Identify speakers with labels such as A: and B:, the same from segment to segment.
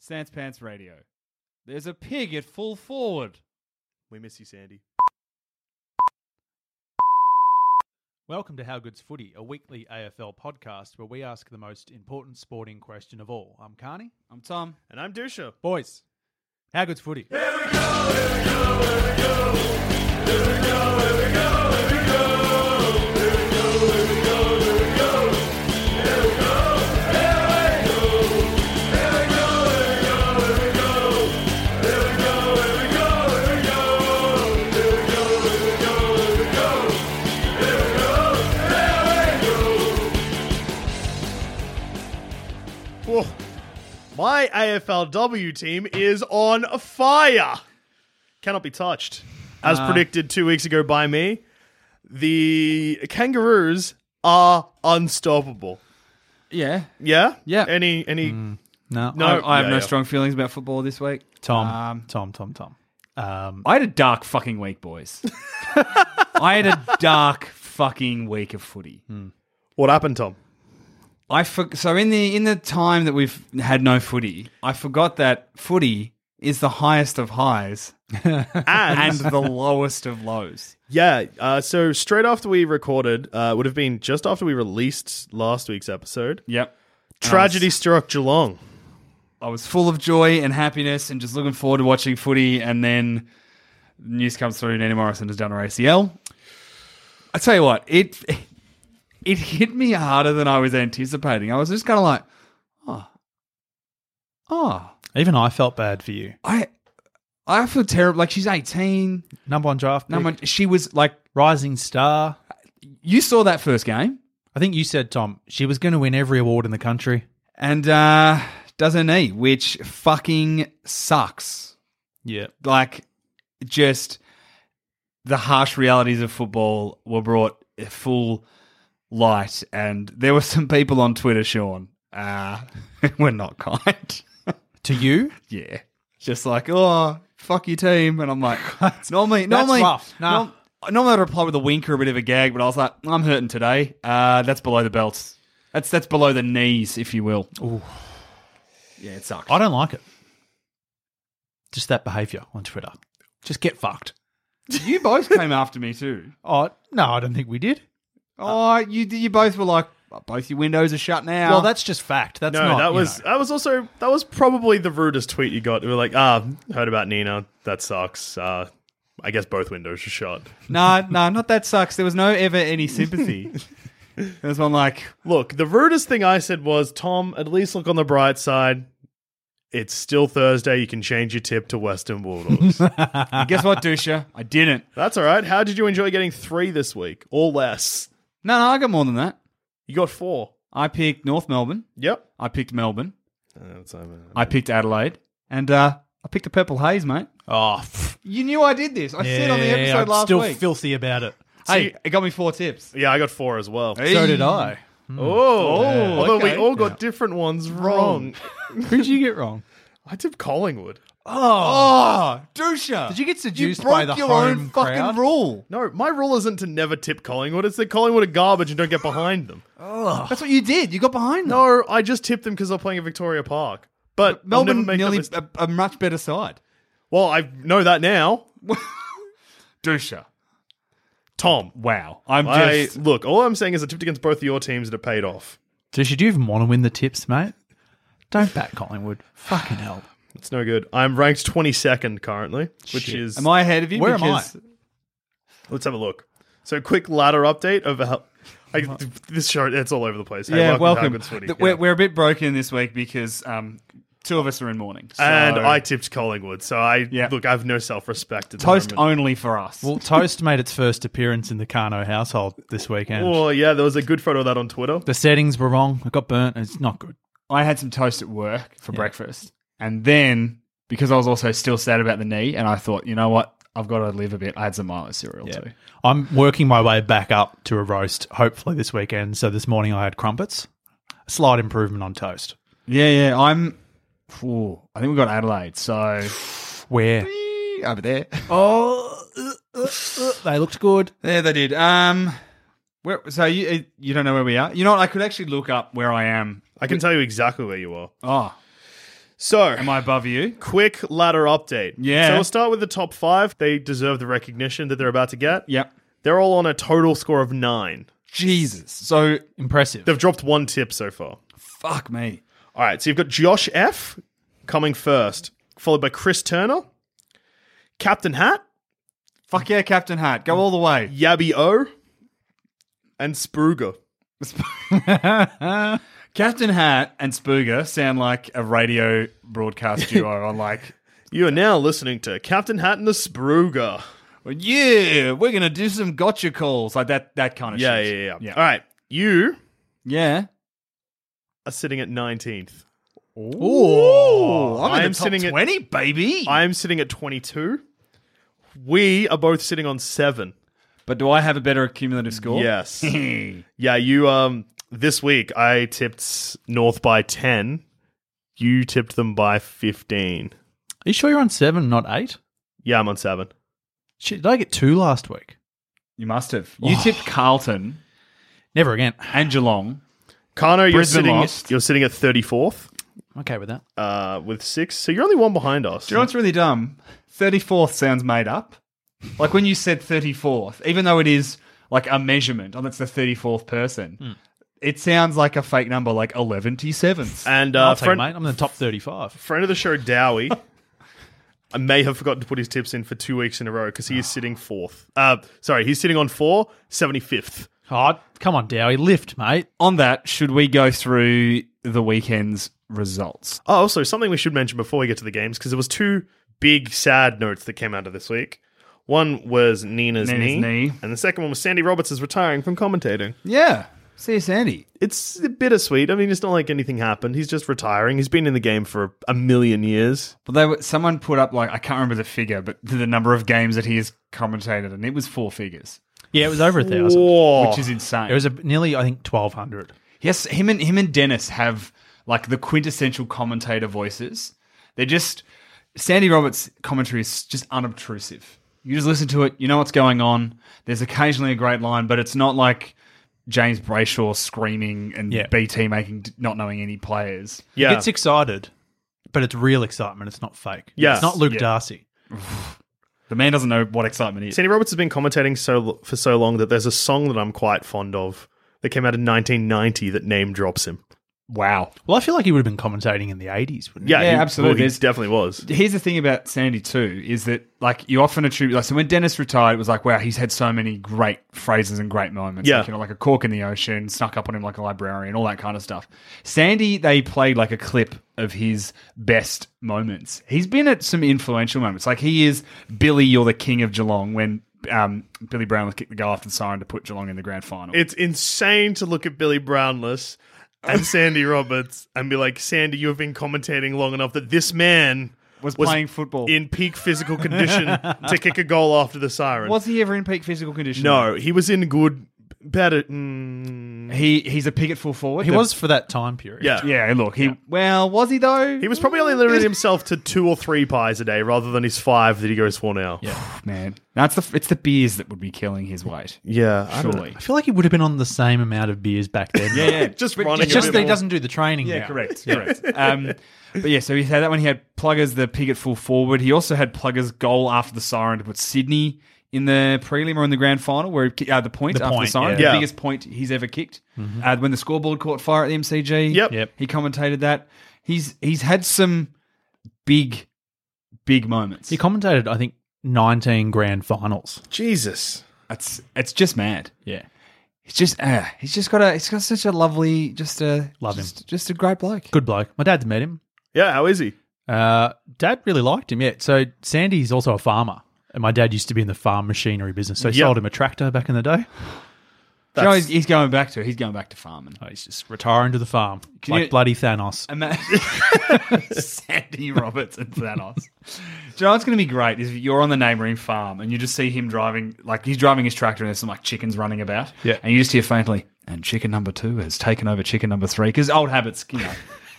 A: Sans Pants Radio. There's a pig at full forward.
B: We miss you, Sandy.
C: Welcome to How Good's Footy, a weekly AFL podcast where we ask the most important sporting question of all. I'm Carney.
A: I'm Tom.
B: And I'm Dusha.
C: Boys, How Good's Footy.
B: Whoa. My AFLW team is on fire. Cannot be touched. As
C: Uh.
B: predicted two weeks ago by me, the Kangaroos are unstoppable.
A: Yeah.
B: Yeah?
A: Yeah.
B: Any, any,
C: Mm.
A: No, I, I have
B: yeah,
A: no
B: yeah.
A: strong feelings about football this week.
C: Tom,
A: Um,
C: Tom, Tom, Tom. Um,
A: I had a dark fucking week, boys. I had a dark fucking week of footy.
B: what happened, Tom?
A: I for, so in the in the time that we've had no footy, I forgot that footy is the highest of highs and the lowest of lows.
B: Yeah, uh, so straight after we recorded, uh, would have been just after we released last week's episode,
A: Yep.
B: tragedy struck Geelong.
A: I was full of joy and happiness and just looking forward to watching footy. And then news comes through: Nina Morrison has done her ACL. I tell you what, it it hit me harder than I was anticipating. I was just kind of like, oh, oh,
C: even I felt bad for you.
A: I I feel terrible. Like she's eighteen.
C: Number one draft pick,
A: No one. She was like,
C: rising star.
A: you saw that first game,
C: I think you said, Tom, she was going to win every award in the country.
A: and uh, does her knee, which fucking sucks.
C: Yeah.
A: like just the harsh realities of football were brought full light and there were some people on twitter sean uh were not kind
C: To you?
A: yeah just like oh fuck your team and i'm like it's normally
C: That's
A: normally
C: rough. Nah.
A: norm- normally i'd reply with a wink or a bit of a gag but i was like i'm hurting today uh that's below the belts that's that's below the knees if you will yeah it sucked
C: I don't like it. Just that behaviour on Twitter. Just get fucked.
A: you both came after me too
C: Oh, no, I don't think we did.
A: Oh, you you both were like both your windows are shut now.
C: Well, that's just fact. That's
B: No,
C: not.
B: that
C: you
B: was
C: know.
B: that was also that was probably the rudest tweet you got. We were like, ah, heard about Nina. That sucks. Uh, I guess both windows are shut.
A: no, no, not that sucks. There was no ever any sympathy. there was one like,
B: Look, the rudest thing I said was, Tom, at least look on the bright side. It's still Thursday. You can change your tip to Western Bulldogs.
A: guess what, Dusha? I didn't.
B: That's all right. How did you enjoy getting three this week or less?
A: No, no, I got more than that.
B: You got four.
A: I picked North Melbourne.
B: Yep.
A: I picked Melbourne. Uh,
B: That's, um,
A: I picked Adelaide, and uh, I picked the Purple Haze, mate.
C: Oh, pff.
A: You knew I did this. I said on the
C: Yeah,
A: episode
C: I'm
A: last
C: still
A: week.
C: filthy about it.
A: hey, it got me four tips.
B: yeah, I got four as well.
C: So did I.
B: Oh,
A: Yeah.
B: although
A: okay.
B: we all got different ones wrong.
C: Who did you get wrong?
B: I tipped Collingwood.
A: Oh, Dusha!
C: Did you get
A: you
C: seduced
A: broke
C: by the
A: your
C: home
A: own
C: crowd?
A: fucking rule?
B: No, my rule isn't to never tip Collingwood. It's that Collingwood are garbage and don't get behind them.
A: That's what you did. You got behind them.
B: No, I just tipped them because they're playing at Victoria Park. But I'll never
A: Melbourne
B: make that
A: nearly
B: mistake.
A: a, a much better side.
B: well, I know that now.
A: Dusha.
B: Tom,
A: Wow. I'm
B: I
A: just
B: look. All I'm saying is I tipped against both of your teams and it paid off.
C: Did you even want to win the tips, mate? Don't back Collingwood. Fucking hell.
B: It's no good. I'm ranked 22nd currently, which
C: Shit.
B: is
A: Am I ahead of you?
C: Where am
A: Because-
C: I?
B: Let's have a look. So, quick ladder update of how I, this show. It's all over the place. Hey, welcome.
A: yeah,
B: to
A: welcome.
B: How Good's Footy.
A: Th-
B: Yeah.
A: We're, we're a bit broken this week because um, two of us are in mourning. So
B: and I tipped Collingwood, so I
A: Yeah.
B: look. I have no self respect.
A: toast only for us.
C: Well, Toast made its first appearance in the Carno household this weekend.
B: Oh yeah, there was a good photo of that on Twitter.
C: The settings were wrong. It got burnt. It's not good.
A: I had some toast at work for breakfast, and then because I was also still sad about the knee, and I thought, you know what, I've got to live a bit. I had some Milo cereal too.
C: I'm working my way back up to a roast, hopefully this weekend. So this morning I had crumpets. A slight improvement on toast.
A: Yeah, yeah. I'm. Ooh, I think we got Adelaide, so
C: Where?
A: over there.
C: Oh, uh, uh, uh, they looked good.
A: Yeah, they did. Um, where? So you uh, you don't know where we are? You know what? I could actually look up where I am.
B: I can tell you exactly where you are.
A: Oh,
B: So,
A: am I above you?
B: quick ladder update.
A: Yeah.
B: So we'll start with the top five. They deserve the recognition that they're about to get.
A: Yep.
B: They're all on a total score of nine.
A: Jesus. So
C: Impressive.
B: They've dropped one tip so far.
A: fuck me.
B: All right, so you've got Josh F coming first, followed by Chris Turner, Captain Hat,
A: Fuck yeah, Captain Hart. Go all the way.
B: Yabby O, and Spruger.
A: Captain Hat and Spooger sound like a radio broadcast duo on like,
B: You are now listening to Captain Hat and the Spruger.
A: well, yeah, we're gonna do some gotcha calls like that that kind of
B: Yeah, yeah,
A: shit.
B: yeah, yeah.
A: yeah.
B: All right, you
A: Yeah.
B: are sitting at 19th.
A: Ooh, I'm,
B: I
A: in
B: am
A: the top
B: sitting at-
A: twenty, baby.
B: I am sitting at 22. We are both sitting on seven.
A: but do I have a better cumulative score?
B: Yes.
A: yeah,
B: Yeah, you um this week I tipped North by 10. You tipped them by 15.
C: Are you sure you're on seven, not eight?
B: Yeah, I'm on 7.
C: Shit, did I get two last week?
A: you must have. Oh. You tipped Carlton
C: Never again.
A: and Geelong.
B: Kano, you're
A: Brisbane
B: sitting
A: lost.
B: you're sitting at 34th
C: I'm okay with that.
B: uh with 6. So you're only one behind us.
A: Do you know what's really dumb? 34th sounds made up. Like when you said 34th, even though it is like a measurement, and it's the 34th person, it sounds like a fake number, like 117th.
B: and
C: I'll
B: uh
C: take it,
B: friend,
C: mate. I'm in the top 35.
B: friend of the show Dowie I may have forgotten to put his tips in for 2 weeks in a row cuz he is sitting 4th. Uh sorry, he's sitting on 4, 75th.
C: Oh, come on, Dowie. Lift, mate.
A: On that, should we go through the weekend's results?
B: Oh, also something we should mention before we get to the games because there was two big sad notes that came out of this week. One was Nina's,
A: Nina's
B: knee,
A: knee.
B: and the second one was Sandy Roberts is retiring from commentating.
A: Yeah. See you, Sandy.
B: It's bittersweet. I mean, it's not like anything happened. He's just retiring. He's been in the game for a million years.
A: Well, they were, someone put up, like, I can't remember the figure, but the number of games that he has commentated, and it was four figures,
C: Yeah, it was over a thousand.
B: Whoa.
A: which is insane.
C: It was a, nearly, I think, 1,200.
A: Yes, him and him and Dennis have like the quintessential commentator voices. They're just Sandy Roberts' commentary is just unobtrusive. You just listen to it, you know what's going on. There's occasionally a great line, but it's not like James Brayshaw screaming and
C: Yeah.
A: BT making not knowing any players.
C: He
B: yeah.
C: gets excited, but it's real excitement. It's not fake.
B: Yeah.
C: It's not Luke
A: Yeah.
C: Darcy.
A: The man doesn't know what excitement is.
B: Sandy Roberts has been commentating so for so long that there's a song that I'm quite fond of that came out in 1990 that name drops him.
A: Wow.
C: Well, I feel like he would have been commentating in the 80s, wouldn't he?
B: Yeah,
A: Yeah,
B: he-
A: absolutely.
B: well, he
A: There's-
B: definitely was.
A: Here's the thing about Sandy too is that like you often attribute like so when Dennis retired it was like wow he's had so many great phrases and great moments
B: Yeah.
A: like, you know like a cork in the ocean snuck up on him like a librarian all that kind of stuff. Sandy they played like a clip of his best moments. He's been at some influential moments like he is Billy you're the king of Geelong when um, Billy Brown kicked the goal after the siren to put Geelong in the grand final.
B: It's insane to look at Billy Brownless and Sandy Roberts and be like, Sandy, you have been commentating long enough that this man
A: was, playing football.
B: in peak physical condition to kick a goal after the siren.
A: was he ever in peak physical condition?
B: no, he was in good, better. Mm,
A: He he's a pick at full forward.
C: He
A: The-
C: was for that time period.
B: yeah.
A: Yeah, look, he well, was he though?
B: He was probably only limiting himself to two or three pies a day rather than his five that he goes for now. Yeah.
A: man. That's the it's the beers that would be killing his weight.
B: I don't know.
A: Surely.
C: I feel like he would have been on the same amount of beers back then.
A: Yeah, yeah.
B: Just
A: But
B: running
C: It's just
B: a
C: that
B: bit
C: he
B: more.
C: doesn't do the training
A: Yeah,
C: now.
A: correct, correct. um, but yeah, so he had that one. He had Pluggers, the pig at full forward. He also had Pluggers goal after the siren to put Sydney in the prelim or in the grand final where he ki- uh, the point
C: The
A: after
C: point,
A: the siren,
B: yeah.
A: the
B: Yeah.
A: biggest point he's ever kicked. Uh, when the scoreboard caught fire at the MCG,
B: Yep.
C: Yep.
A: he commentated that. He's he's had some big, big moments.
C: He commentated, I think, 19 grand finals.
B: Jesus.
A: it's it's just mad.
C: Yeah.
A: He's just uh, he's just got a he's got such a lovely just a
C: Love him.
A: just, just a great bloke.
C: Good bloke. My dad's met him.
B: Yeah, how is he?
C: Uh, dad really liked him. Yeah. So Sandy's also a farmer. And my dad used to be in the farm machinery business. So he
B: Yep.
C: sold him a tractor back in the day.
A: You know, he's, he's going back to he's going back to farming.
C: Oh, he's just retiring to the farm.
A: Can
C: like
A: you-
C: bloody Thanos.
A: Imagine Sandy Roberts and Thanos. Do you know what's going to be great is if you're on the neighbouring farm and you just see him driving, like he's driving his tractor and there's some like chickens running about.
C: Yeah.
A: And you just hear faintly, and chicken number two has taken over chicken number three because old habits, you know,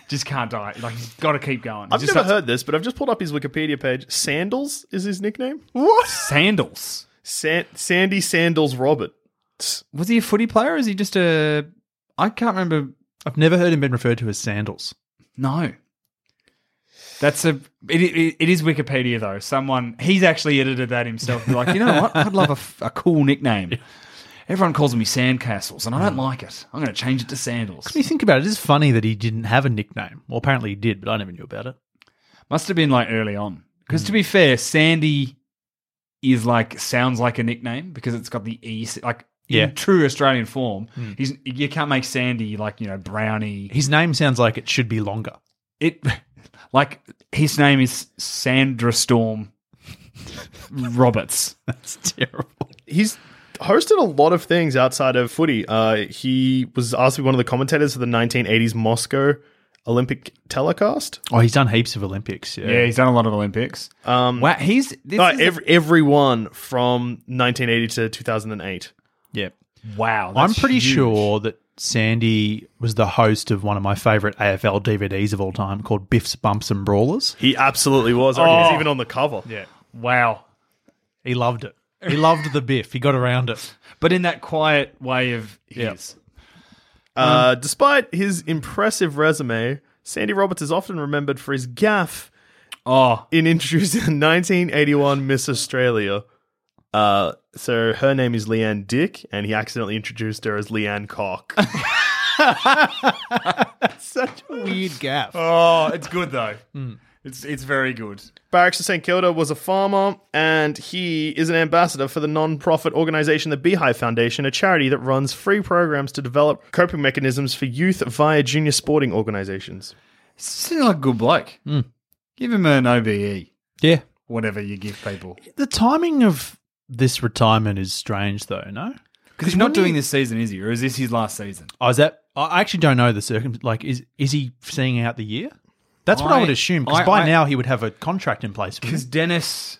A: just can't die. Like he's got to keep going.
B: I've
A: He just
B: never
A: starts-
B: heard this, but I've just pulled up his Wikipedia page. Sandals is his nickname.
A: sandals.
B: San- Sandy Sandals Robert.
A: Was he a footy player? Or is he just a? I can't remember.
C: I've never heard him been referred to as sandals.
A: No. That's a. It, it, it is Wikipedia though. Someone he's actually edited that himself. He's like, you know what? I'd love a f- a, cool nickname. Everyone calls me Sandcastles, and I don't like it. I'm going to change it to Sandals.
C: When you think about it, it is funny that he didn't have a nickname. Well, apparently he did, but I never knew about it.
A: Must have been like early on, because to be
C: Hmm.
A: fair, Sandy is like sounds like a nickname because it's got the e s- like.
C: Yeah. Hmm.
A: In true Australian form, he's, you can't make Sandy like you know Brownie.
C: His name sounds like it should be longer.
A: it like his name is Sandra Storm Roberts.
C: That's terrible.
B: He's hosted a lot of things outside of footy. Uh, he was asked to be one of the commentators for the 1980s Moscow Olympic telecast.
C: Oh, he's done heaps of Olympics. Yeah.
A: Yeah, he's done a lot of Olympics. Um, wow, he's this
B: Uh,
A: is a-
B: ev- everyone from 1980 to 2008.
C: Yeah.
A: wow.
C: I'm
A: that's
C: pretty
A: huge.
C: sure that Sandy was the host of one of my favorite AFL DVDs of all time called Biff's Bumps and Brawlers.
B: He absolutely was. I reckon
A: Oh.
B: He's even on the cover.
C: Yeah.
A: Wow,
C: He loved it. He loved the Biff. He got around it.
A: but in that quiet way of
C: Yeah.
A: his.
B: Uh, despite his impressive resume, Sandy Roberts is often remembered for his gaff
A: Oh,
B: in introducing the 1981 Miss Australia. Uh, so her name is Leanne Dick, and he accidentally introduced her as Leanne Cock.
C: Such a weird gaff.
A: oh, it's good though. It's it's very good.
B: Barracks of St Kilda was a farmer, and he is an ambassador for the non-profit organisation the Beehive Foundation, a charity that runs free programs to develop coping mechanisms for youth via junior sporting organisations.
A: Seems like a good bloke. Give him an OBE,
C: Yeah.
A: whatever you give people,
C: The timing of this retirement is strange, though, no?
A: because he's not doing this season, is he? Or is this his last season?
C: Oh, is that. I actually don't know the circum. Like, is is he seeing out the year? That's what I,
A: I-
C: would assume, because
A: I-
C: by
A: I-
C: now he would have a contract in place. wouldn't
A: Because
C: he?
A: Dennis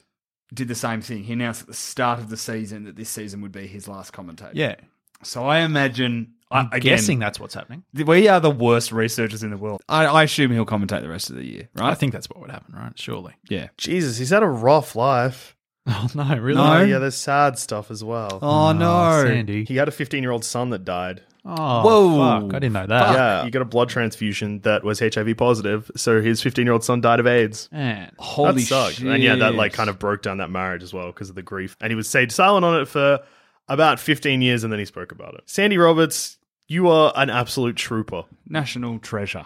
A: did the same thing. He announced at the start of the season that this season would be his last commentator.
C: Yeah.
A: So I imagine. I'm
C: I'm guessing that's what's happening.
A: we are the worst researchers in the world. I, I assume he'll commentate the rest of the year, right?
C: I think that's what would happen, right? Surely.
A: Yeah.
B: Jesus, he's had a rough life.
C: Oh, no, really?
A: No.
B: Oh, yeah, there's sad stuff as well.
A: Oh, no,
C: Sandy.
B: He had a 15-year-old son that died.
C: Oh,
A: Whoa.
C: fuck. I didn't know that.
B: yeah, he got a blood transfusion that was HIV positive, so his 15-year-old son died of AIDS.
C: Man.
A: Holy
B: that sucked.
A: shit!
B: And yeah, that like kind of broke down that marriage as well because of the grief. And he was stayed silent on it for about 15 years and then he spoke about it. Sandy Roberts, you are an absolute trooper.
A: national treasure.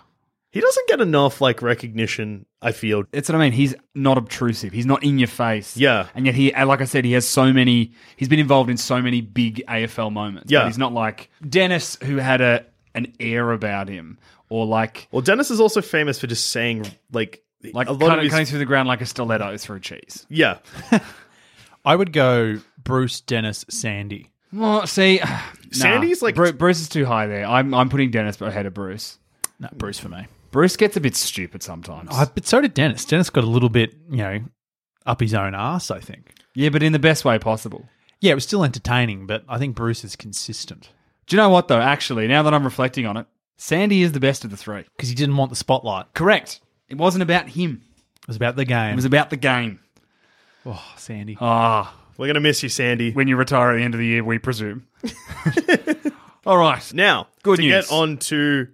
B: He doesn't get enough like recognition, I feel.
A: That's what I mean. He's not obtrusive. He's not in your face.
B: Yeah.
A: And yet he, like I said, he has so many. He's been involved in so many big AFL moments.
B: Yeah.
A: But he's not like Dennis, who had a an air about him, or like
B: Well, Dennis is also famous for just saying like
A: like
B: a lot of
A: cutting,
B: his
A: cutting through the ground like a stiletto through cheese.
B: yeah.
C: I would go Bruce, Dennis, Sandy.
A: Well, see, nah.
B: Sandy's like-
A: Bru- Bruce is too high there. I'm I'm putting Dennis ahead of Bruce.
C: No, Bruce for me.
A: Bruce gets a bit stupid sometimes.
C: I, but so did Dennis. Dennis got a little bit, you know, up his own ass, I think.
A: yeah, but in the best way possible.
C: Yeah, it was still entertaining, but I think Bruce is consistent
A: Do you know what though? Actually, now that I'm reflecting on it, Sandy is the best of the three.
C: because he didn't want the spotlight.
A: Correct. It wasn't about him.
C: It was about the game.
A: It was about the game.
C: oh, Sandy.
A: Ah,
B: We're going to miss you, Sandy.
A: when you retire at the end of the year, we presume. All right.
B: Now,
A: Good
B: to
A: news.
B: get on to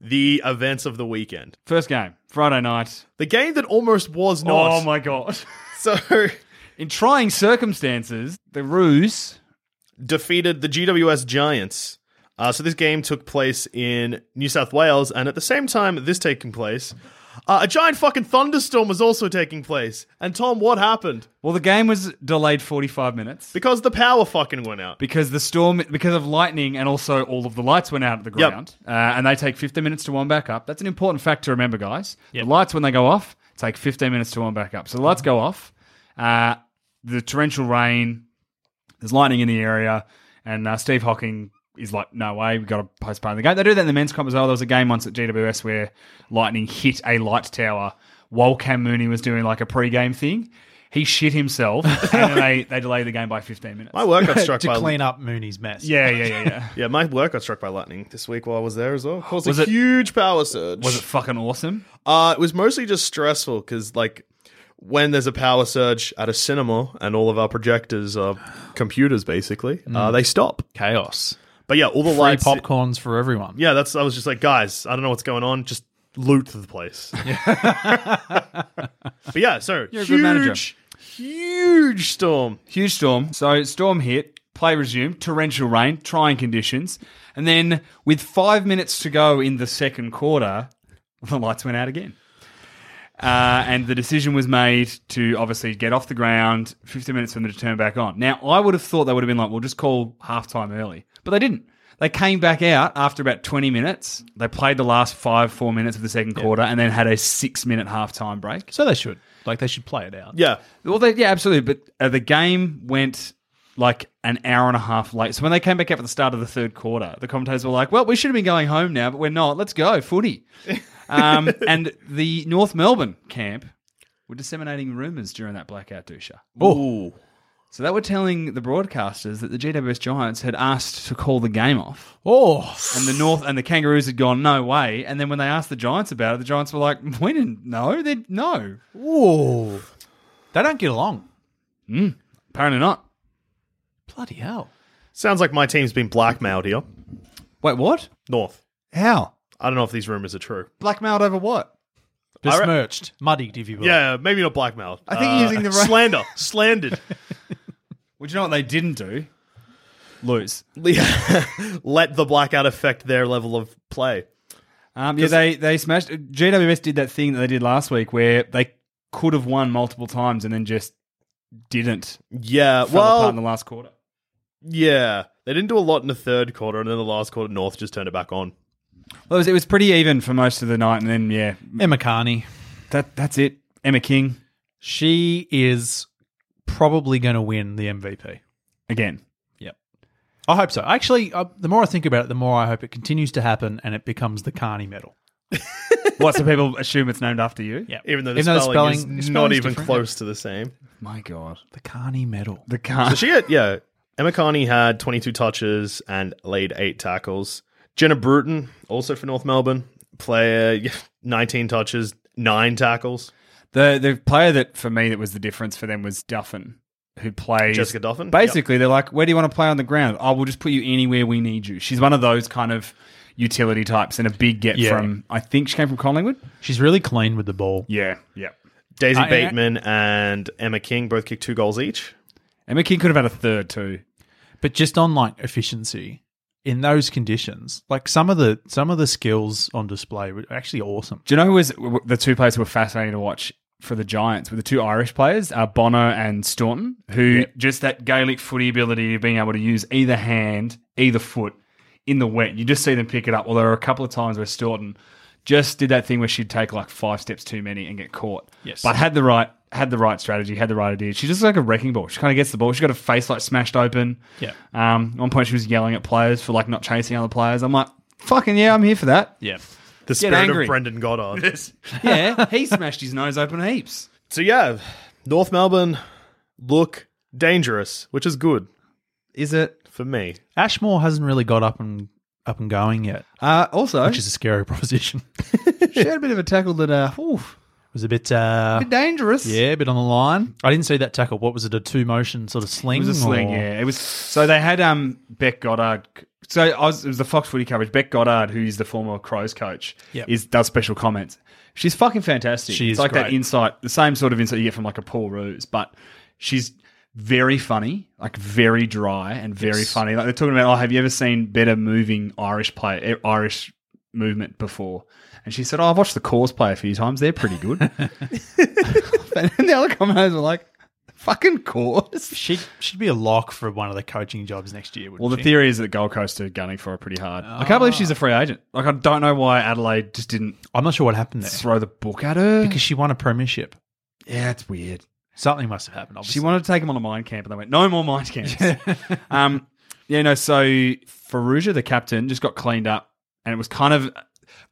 B: the events of the weekend.
A: First game, Friday night.
B: The game that almost was not.
A: Oh my god.
B: So
A: In trying circumstances, the ruse.
B: defeated the GWS Giants. Uh, so this game took place in New South Wales, and at the same time this taking place, uh, a giant fucking thunderstorm was also taking place. And Tom, what happened?
A: Well, the game was delayed 45 minutes
B: Because the power fucking went out.
A: because the storm, because of lightning, and also all of the lights went out at the
B: Yep.
A: ground. Uh, and they take 15 minutes to warm back up. That's an important fact to remember, guys. The lights, when they go off, take 15 minutes to warm back up. So the lights go off. Uh, the torrential rain, there's lightning in the area, and uh, Steve Hawking is like, no way, we've got to postpone the game. They do that in the men's comp as well. There was a game once at GWS where lightning hit a light tower while Cam Mooney was doing like a pre-game thing. He shit himself, and then they, they delayed the game by 15 minutes.
B: My work got struck
C: to
B: by
C: clean up Mooney's mess.
A: Yeah, yeah, yeah, yeah.
B: yeah, my work got struck by lightning this week while I was there as well. Caused
A: Was
B: a
A: it-
B: huge power surge.
A: Was it fucking awesome?
B: Uh, it was mostly just stressful because, like, when there's a power surge at a cinema and all of our projectors are computers, basically,
A: Mm.
B: uh, they stop.
C: Chaos.
B: But yeah, all the
C: Free
B: lights.
C: popcorns for everyone.
B: Yeah, that's. I was just like, guys, I don't know what's going on. Just loot the place. but yeah, so
A: You're a
B: huge,
A: good manager.
B: huge storm.
A: Huge storm. So storm hit, play resumed, torrential rain, trying conditions, and then with five minutes to go in the second quarter, the lights went out again. Uh, and the decision was made to obviously get off the ground 15 minutes for them to turn back on. Now, I would have thought they would have been like, we'll just call halftime early, but they didn't. They came back out after about 20 minutes. They played the last five, four minutes of the second quarter and then had a six minute halftime break.
C: So they should. Like, they should play it out.
B: Yeah,
A: Well, they, yeah, absolutely. But uh, the game went like an hour and a half late. So when they came back up at the start of the third quarter, the commentators were like, "Well, we should have been going home now, but we're not. Let's go footy." Um, and the North Melbourne camp were disseminating rumours during that blackout, Dusha.
B: Ooh.
A: So they were telling the broadcasters that the GWS Giants had asked to call the game off,
C: Oh,
A: and the North and the Kangaroos had gone no way. And then when they asked the Giants about it, the Giants were like, "We didn't know. They no,
C: whoa. They don't get along.
A: apparently not."
C: Bloody hell.
B: sounds like my team's been blackmailed here.
A: Wait, what?
B: North.
C: How?
B: I don't know if these rumors are true.
A: Blackmailed over what?
B: re-
C: Besmirched. Muddied, if you will.
B: Yeah, maybe not blackmailed. Uh,
A: I think using the right-
B: slander, slandered.
A: Well, do you know what they didn't do? Lose.
B: Yeah. Let the blackout affect their level of play.
A: Um, yeah, they they smashed. GWS did that thing that they did last week where they could have won multiple times and then just didn't.
B: Yeah,
A: Fell apart
B: well,
A: in the last quarter.
B: yeah, they didn't do a lot in the third quarter, and then the last quarter, North just turned it back on.
A: Well, it was, it was pretty even for most of the night, and then yeah,
C: Emma Carney.
A: that that's it. Emma King
C: She is probably going to win the MVP.
A: again.
C: Yep. I hope so. Actually, uh, the more I think about it, the more I hope it continues to happen and it becomes the Carney medal.
A: What? So people assume it's named after you?
C: Yep.
B: Even though the, spelling, is
C: the
B: not
C: spelling's
B: even
C: different.
B: close to the same.
A: My God,
C: The Carney medal.
A: the car.
B: So she had, yeah, Emma Carney had 22 touches and laid eight tackles. Jenna Bruton, also for North Melbourne, player, yeah, 19 touches, nine tackles.
A: The the player that for me that was the difference for them was Duffin, who plays
B: Jessica Duffin?
A: Basically, they're like, "Where do you want to play on the ground? Oh, we'll just put you anywhere we need you." She's one of those kind of utility types, and a big get
C: Yeah.
A: from I think she came from Collingwood.
C: She's really clean with the ball.
A: Yeah, yeah.
B: Daisy
C: Uh, and-
B: Bateman and Emma King both kicked two goals each.
A: Emma King could have had a third too.
C: But just on like efficiency in those conditions, like some of the some of the skills on display were actually awesome.
A: Do you know who was w- the two players who were fascinating to watch for the Giants were the two Irish players, uh, Bono and Staunton, who just that Gaelic footy ability of being able to use either hand, either foot in the wet. You just see them pick it up. Well, there were a couple of times where Staunton just did that thing where she'd take like five steps too many and get caught.
C: Yes.
A: but had the right had the right strategy, had the right idea. She's just like a wrecking ball. She kind of gets the ball. She got her face like smashed open.
C: Yeah.
A: Um. At one point, she was yelling at players for like not chasing other players. I'm like, fucking yeah, I'm here for that.
C: Yeah.
B: The spirit
A: angry.
B: of Brendan Goddard.
A: Yeah, he smashed his nose open heaps.
B: so, yeah, North Melbourne look dangerous, which is good
A: Is it?
B: for me.
C: Ashmore hasn't really got up and up and going yet,
A: Uh, also,
C: which is a scary proposition. it
A: she had a bit of a tackle that uh, oof,
C: was a bit uh
A: dangerous.
C: yeah, a bit on the line. I didn't see that tackle. What was it? A two motion sort of sling?
A: it was a sling.
C: or-
A: Yeah, it was. So they had um Beck Goddard. So I was, it was the Fox Footy coverage. Beck Goddard, who is the former Crows coach,
C: Yep.
A: is does special comments. She's fucking fantastic.
C: She
A: It's
C: is
A: like that
C: great.
A: insight, the same sort of insight you get from like a Paul Ruse, but She's very funny, like very dry and very
B: Yes.
A: funny. Like they're talking about, oh, have you ever seen better moving Irish play eh, Irish movement before? And she said, oh, I've watched the Cause play a few times. They're pretty good. and the other commenters were like, fucking Cause.
C: She should be a lock for one of the coaching jobs next year.
A: Well,
C: wouldn't
A: the
C: she?
A: theory is that Gold Coast are gunning for her pretty hard. I can't believe she's a free agent. Like, I don't know why Adelaide just didn't
C: I'm not sure what happened there
A: throw the book at her.
C: because she won a premiership.
A: yeah, it's weird.
C: Something must have happened. Obviously.
A: She wanted to take him on a mind camp, and they went, no more mind camps. um, yeah, no, so Faruja, the captain, just got cleaned up, and it was kind of.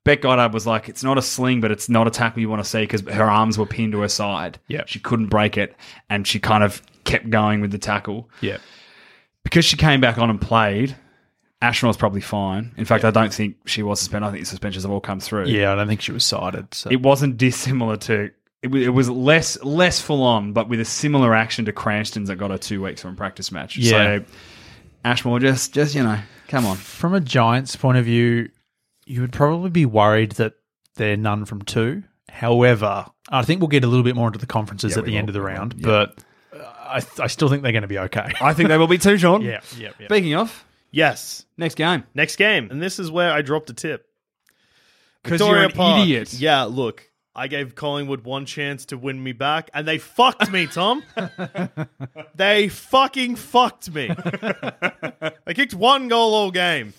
A: Beck Goddard was like, it's not a sling, but it's not a tackle you want to see because her arms were pinned to her side.
C: Yeah.
A: She couldn't break it, and she kind of kept going with the tackle.
C: Yeah.
A: because she came back on and played, Ashton was probably fine. In fact, I don't think she was suspended. I think the suspensions have all come through.
C: Yeah, I don't think she was sided. So.
A: It wasn't dissimilar to it, wa- it was less less full on, but with a similar action to Cranston's that got her two weeks from practice match.
C: Yeah.
A: So Ashmore just just, you know, come on.
C: from a Giants point of view, you would probably be worried that they're none from two. However, I think we'll get a little bit more into the conferences at the end of the round, but uh, I, I still think they're going to be okay.
A: I think they will be too, John.
C: yeah, yeah, yeah.
A: Speaking of,
B: Yes.
A: next game.
B: Next game. And this is where I dropped a tip.
A: Because you're an
B: Park.
A: idiot.
B: Yeah, look. I gave Collingwood one chance to win me back, and they fucked me, Tom. they fucking fucked me. they kicked one goal all game.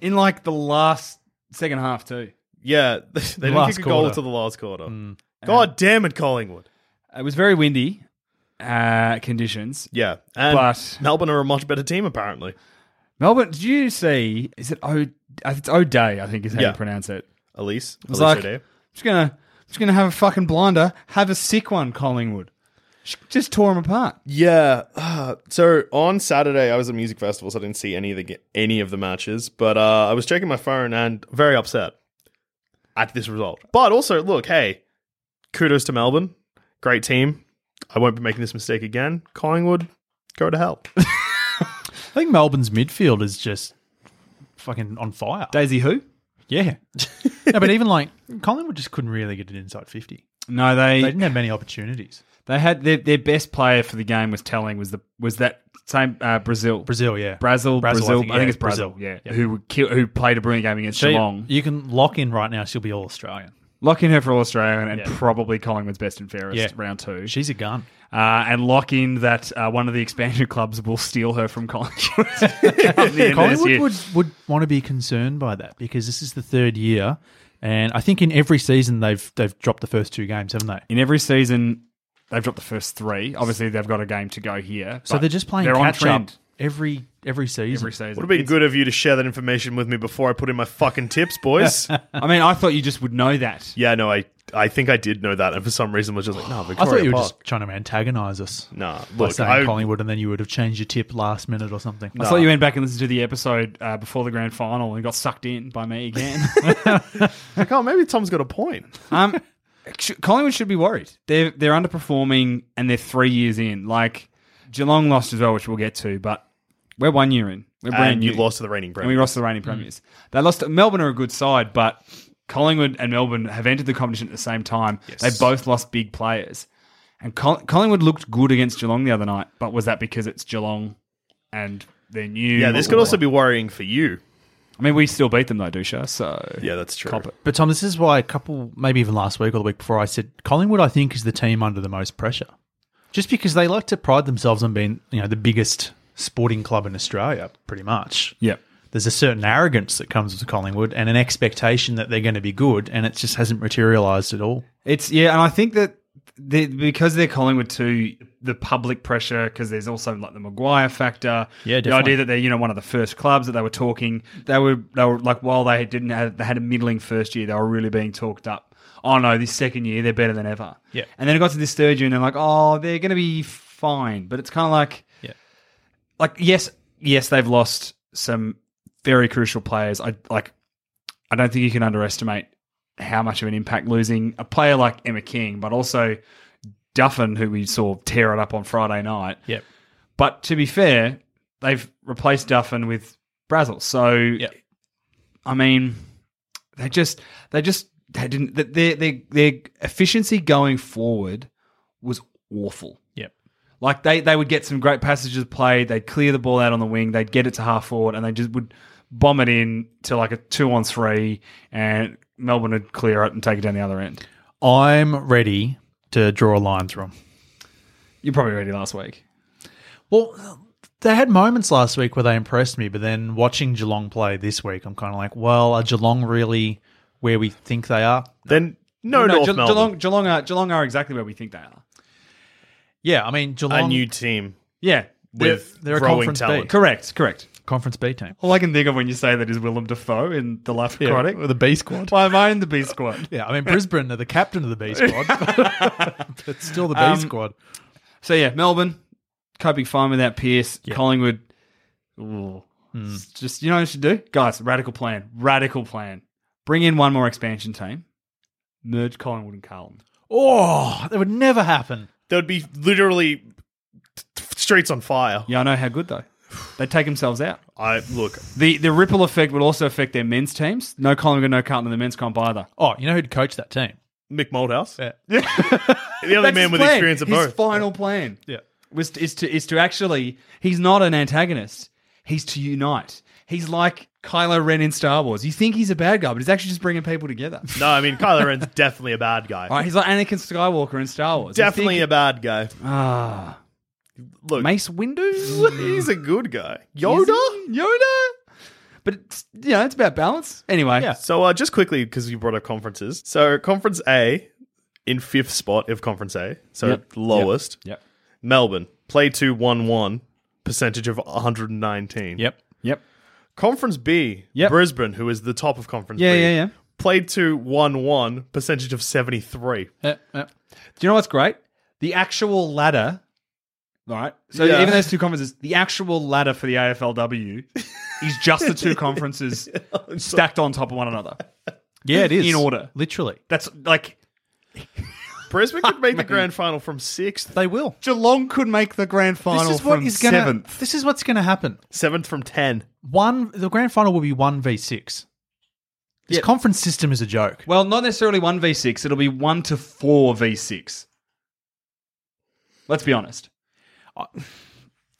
A: In like the last second half too.
B: Yeah, they didn't
C: Last
B: kick a goal
C: quarter.
B: to the last quarter.
A: Mm.
B: God damn it, Collingwood.
A: It was very windy uh, conditions.
B: Yeah, and
A: But-
B: Melbourne are a much better team apparently.
A: Melbourne, did you see? Is it O? uh, It's O'Day, I think is how
B: Yeah.
A: you pronounce it.
B: Elise,
A: It's
B: Elise
A: like
B: O'Day.
A: just gonna just gonna have a fucking blinder, have a sick one, Collingwood. She Just tore him apart.
B: Yeah. Uh, so on Saturday, I was at music festival, so I didn't see any of the ga- any of the matches. But uh, I was checking my phone and very upset at this result. But also, look, hey, kudos to Melbourne, great team. I won't be making this mistake again. Collingwood, go to hell.
C: I think Melbourne's midfield is just fucking on fire.
A: Daisy who?
C: yeah. no, but even like Collingwood just couldn't really get an inside 50.
A: No,
C: They
A: they
C: didn't have many opportunities.
A: they had their, their best player for the game was telling was the was that same uh, Brazil
C: Brazil, yeah.
A: Brazil Brazil. I think,
C: yeah,
A: it's Brazil, yeah, who kill, who played a brilliant game against
C: So you-
A: Geelong.
C: You can lock in right now. She'll be all Australian.
A: Lock in her for All Australian and
C: Yeah.
A: probably Collingwood's best and fairest
C: Yeah.
A: round two.
C: She's a gun.
A: uh, and lock in that uh, one of the expansion clubs will steal her from Collingwood. Come the end of this
C: Collingwood
A: year.
C: would, would want to be concerned by that because this is the third year, and I think in every season they've they've dropped the first two games, haven't they?
A: in every season they've dropped the first three. Obviously, they've got a game to go here.
C: So
A: but
C: they're just playing
A: they're on
C: catch up
A: trend
C: every every season.
A: every season.
B: Would have been good of you to share that information with me before I put in my fucking tips, boys.
A: I mean, I thought you just would know that.
B: yeah, no, I I think I did know that, and for some reason was just like, nah,
C: I
B: Victoria
C: thought you were
B: Park.
C: just trying to antagonise us
B: Nah,
C: by
B: look,
C: saying
B: I,
C: Collingwood, and then you would have changed your tip last minute or something.
A: I thought you went back and listened to the episode uh, before the grand final and got sucked in by me again.
B: like, oh, maybe Tom's got a point.
A: um, sh- Collingwood should be worried. They're they're underperforming and they're three years in. Like Geelong lost as well, which we'll get to, but we're one year in. We're brand
B: and
A: new.
B: you lost to the reigning
A: and we
B: premier.
A: lost to the
B: Hmm.
A: reigning premiers. They lost. Melbourne are a good side, but Collingwood and Melbourne have entered the competition at the same time. They both lost big players, and Col- Collingwood looked good against Geelong the other night. But was that because it's Geelong and they're new?
B: yeah, this could also be worrying for you.
A: I mean, we still beat them though, Dusha. So
B: Yeah, that's true.
A: Cop it.
C: But Tom, this is why a couple, maybe even last week or the week before, I said Collingwood. I think is the team under the most pressure, just because they like to pride themselves on being you know the biggest sporting club in Australia, pretty much.
A: yeah.
C: there's a certain arrogance that comes with Collingwood and an expectation that they're going to be good, and it just hasn't materialised at all.
A: It's yeah, and I think that they, because they're Collingwood too, the public pressure because there's also like the Maguire factor.
C: Yeah,
A: the
C: definitely.
A: idea that they're you know one of the first clubs that they were talking. They were they were like while they didn't have they had a middling first year, they were really being talked up. Oh no, this second year they're better than ever.
C: Yeah.
A: and then it got to this third year, and they're like, oh, they're going to be fine. But it's kind of like
C: Yeah.
A: like yes, yes, they've lost some very crucial players. I like. I don't think you can underestimate how much of an impact losing a player like Emma King, but also Duffin, who we saw tear it up on Friday night.
C: Yep.
A: But to be fair, they've replaced Duffin with Brazel. So
C: Yep.
A: I mean, they just they just they didn't th- their their their efficiency going forward was awful.
C: Yep.
A: Like they they would get some great passages played. They'd clear the ball out on the wing. They'd get it to half forward, and they just would bomb it in to like a two on three, and Melbourne would clear it and take it down the other end.
C: I'm ready to draw a line through them.
A: You're probably ready last week.
C: Well, they had moments last week where they impressed me, but then watching Geelong play this week, I'm kind of like, well, are Geelong really where we think they are?
B: Then no, North
A: Ge-
B: Melbourne.
A: Geelong, Geelong are Geelong are exactly where we think they are.
C: Yeah, I mean Geelong.
B: a new team
A: Yeah,
B: with
C: they're a
B: growing
C: conference
B: talent.
C: B.
A: correct, correct.
C: Conference B team.
A: All I can think of when you say that is Willem Dafoe in The Life Aquatic.
C: the B squad.
A: Why am I in the B squad?
C: Yeah, I mean Brisbane are the captain of the B squad, but still the B
A: Um,
C: squad.
A: So yeah, Melbourne coping fine without Pierce. Collingwood, ooh, It's just you know what you should do, guys. Radical plan, radical plan. Bring in one more expansion team, merge Collingwood and Carlton.
C: Oh, that would never happen.
B: There would be literally t- t- streets on fire.
A: Yeah, I know how good though. They take themselves out.
B: I look.
A: The the ripple effect would also affect their men's teams. No Collingwood, no Carlton in the men's comp either.
C: Oh, you know who'd coach that team?
B: Mick Moldhouse,
C: Yeah,
B: the only
A: That's
B: man
A: his
B: with
A: plan.
B: experience of
A: his
B: both.
A: final plan
C: yeah.
A: was to, is to is to actually he's not an antagonist. He's to unite. He's like Kylo Ren in Star Wars. You think he's a bad guy, but he's actually just bringing people together.
B: no, I mean Kylo Ren's definitely a bad guy.
A: All right, he's like Anakin Skywalker in Star Wars. You
B: Definitely
A: think-
B: a bad guy.
A: Ah,
B: Look,
A: Mace Windu,
B: he's a good guy. Yoda.
A: Yoda. But it's, you know, it's about balance. Anyway,
C: Yeah.
B: So uh, just quickly, because you brought up conferences. So Conference A in fifth spot of Conference A, so
A: Yep.
B: lowest.
A: Yep.
B: Melbourne play two one one percentage of 119.
C: Yep.
A: Yep.
B: Conference B,
A: Yep.
B: Brisbane, who is the top of Conference
A: Yeah,
B: B.
A: yeah, yeah.
B: Played to 1 1, percentage of 73.
C: Yeah, yeah.
A: Do you know what's great? The actual ladder. All right. So
B: Yeah.
A: even those two conferences, the actual ladder for the AFLW is just the two conferences stacked on top of one another.
C: Yeah, it is
A: In order.
C: Literally,
A: That's like
B: Brisbane could make the grand final from sixth,
C: they will.
A: Geelong could make the grand final
C: this is what
A: from
C: is gonna.
A: seventh.
C: This is what's going to happen.
B: seventh from 10.
C: One, the grand final will be one v six. This
A: Yeah.
C: conference system is a joke.
A: Well, not necessarily one v six. It'll be one to four v six. Let's be honest.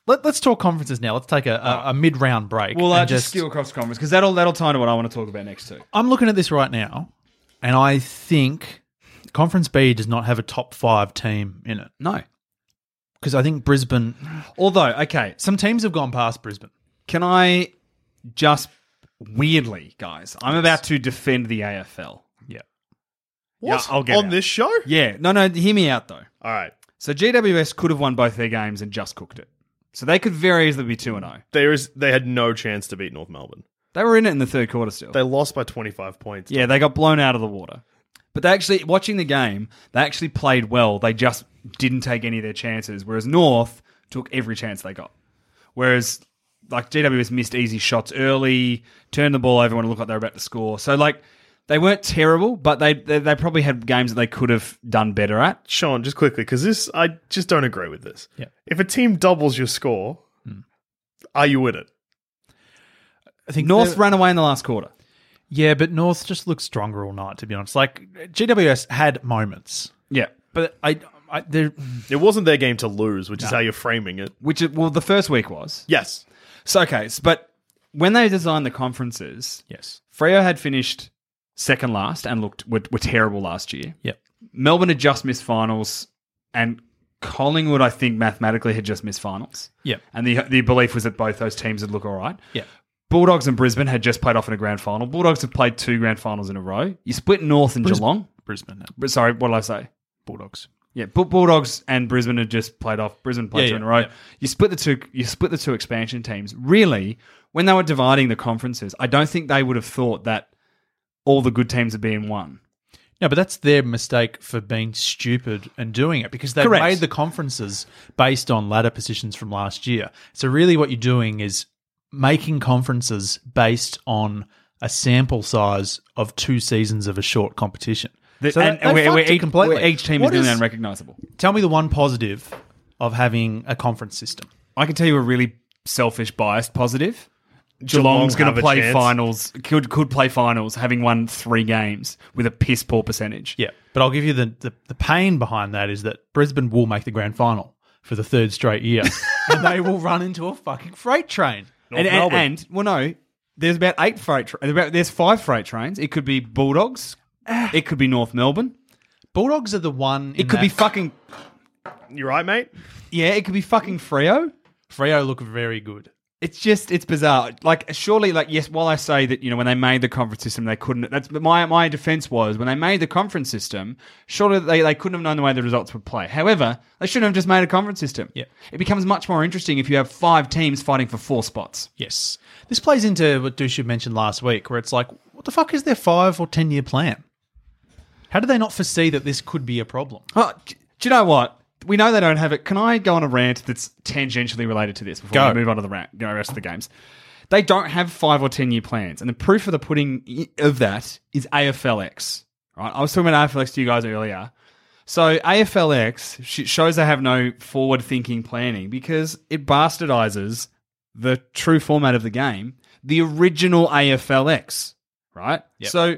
C: Let, us talk conferences now. Let's take a, a, a mid round break.
A: Well, uh,
C: and
A: just skill across conference because that'll that'll tie to what I want to talk about next too.
C: I'm looking at this right now, and I think Conference B does not have a top five team in it
A: No.
C: because I think Brisbane.
A: Although, okay,
C: Some teams have gone past Brisbane.
A: can I just weirdly, guys? I'm about to defend the AFL.
C: Yeah.
B: What?
A: I'll get
B: On
A: it.
B: this show?
A: Yeah. No, no. Hear me out though.
B: All right.
A: So GWS could have won both their games and just cooked it. So they could very easily be two and zero.
B: There is, they had no chance to beat North Melbourne.
A: They were in it in the third quarter still.
B: They lost by 25 points.
A: Yeah, they got blown out of the water. But they actually, watching the game, they actually played well. They just didn't take any of their chances, whereas North took every chance they got. Whereas, like, GWS missed easy shots early, turned the ball over when it looked like they were about to score. So, like, they weren't terrible, but they, they, they probably had games that they could have done better at.
B: Sean, just quickly, because this, I just don't agree with this.
C: Yeah.
B: If a team doubles your score, are you in it?
C: I think
A: North
C: they're-
A: ran away in the last quarter.
C: Yeah, but North just looked stronger all night. To be honest, like GWS had moments,
A: Yeah.
C: but I, I they're
B: It wasn't their game to lose, which is how you're framing it.
A: Which, it- well, the first week was.
B: Yes.
A: So, okay, s- but when they designed the conferences,
C: yes,
A: Freo had finished second last and looked were, were terrible last year.
C: yep,
A: Melbourne had just missed finals, and Collingwood, I think, mathematically had just missed finals.
C: yep,
A: And the the belief was that both those teams would look all right.
C: yep.
A: Bulldogs and Brisbane had just played off in a grand final. Bulldogs have played two grand finals in a row. You split North and Geelong.
C: Brisbane uh,
A: But sorry, what did I say?
C: Bulldogs.
A: Yeah, Bu- Bulldogs and Brisbane had just played off. Brisbane played
C: Yeah,
A: two
C: yeah,
A: in a row.
C: yeah.
A: You split the two. You split the two expansion teams. Really, when they were dividing the conferences, I don't think they would have thought that all the good teams would be in one.
C: No, but that's their mistake for being stupid and doing it because they
A: Correct.
C: made the conferences based on ladder positions from last year. So really, what you're doing is making conferences based on a sample size of two seasons of a short competition.
A: The-
C: so
A: and
C: they- they
A: where-
C: fucked
A: where
C: it
A: each,
C: completely.
A: where each team is
C: What
A: nearly unrecognizable.
C: Tell me the one positive of having a conference system.
A: I can tell you a really selfish, biased positive. Geelong's
B: Geelong
A: going
B: have a
A: to play
B: chance.
A: finals. Could could play finals, having won three games with a piss poor percentage.
C: Yeah, but I'll give you the, the the pain behind that is that Brisbane will make the grand final. for the third straight year, and they will run into a fucking freight train.
A: and, and,
B: Melbourne.
A: and well, no, there's about eight freight. Tra- there's about- there's five freight trains. It could be Bulldogs. it could be North Melbourne.
C: Bulldogs are the one.
A: It could be fucking
B: You right, mate?
A: yeah. It could be fucking Freo.
C: Freo look very good.
A: It's just it's bizarre. Like surely, like yes. While I say that you know when they made the conference system, they couldn't. That's my my defense was when they made the conference system. Surely they, they couldn't have known the way the results would play. However, they shouldn't have just made a conference system.
C: Yeah.
A: it becomes much more interesting if you have five teams fighting for four spots.
C: Yes, this plays into what Dusha mentioned last week, where it's like, what the fuck is their five or ten year plan? How did they not foresee that this could be a problem?
A: Oh, d- do you know what? We know they don't have it. Can I go on a rant that's tangentially related to this before
C: Go.
A: we move on to the rant, you know, rest of the games? They don't have five or ten year plans, and the proof of the pudding i- of that is AFLX. Right? I was talking about AFLX to you guys earlier. So AFLX sh- shows they have no forward thinking planning because it bastardizes the true format of the game, the original AFLX. Right?
C: Yep.
A: So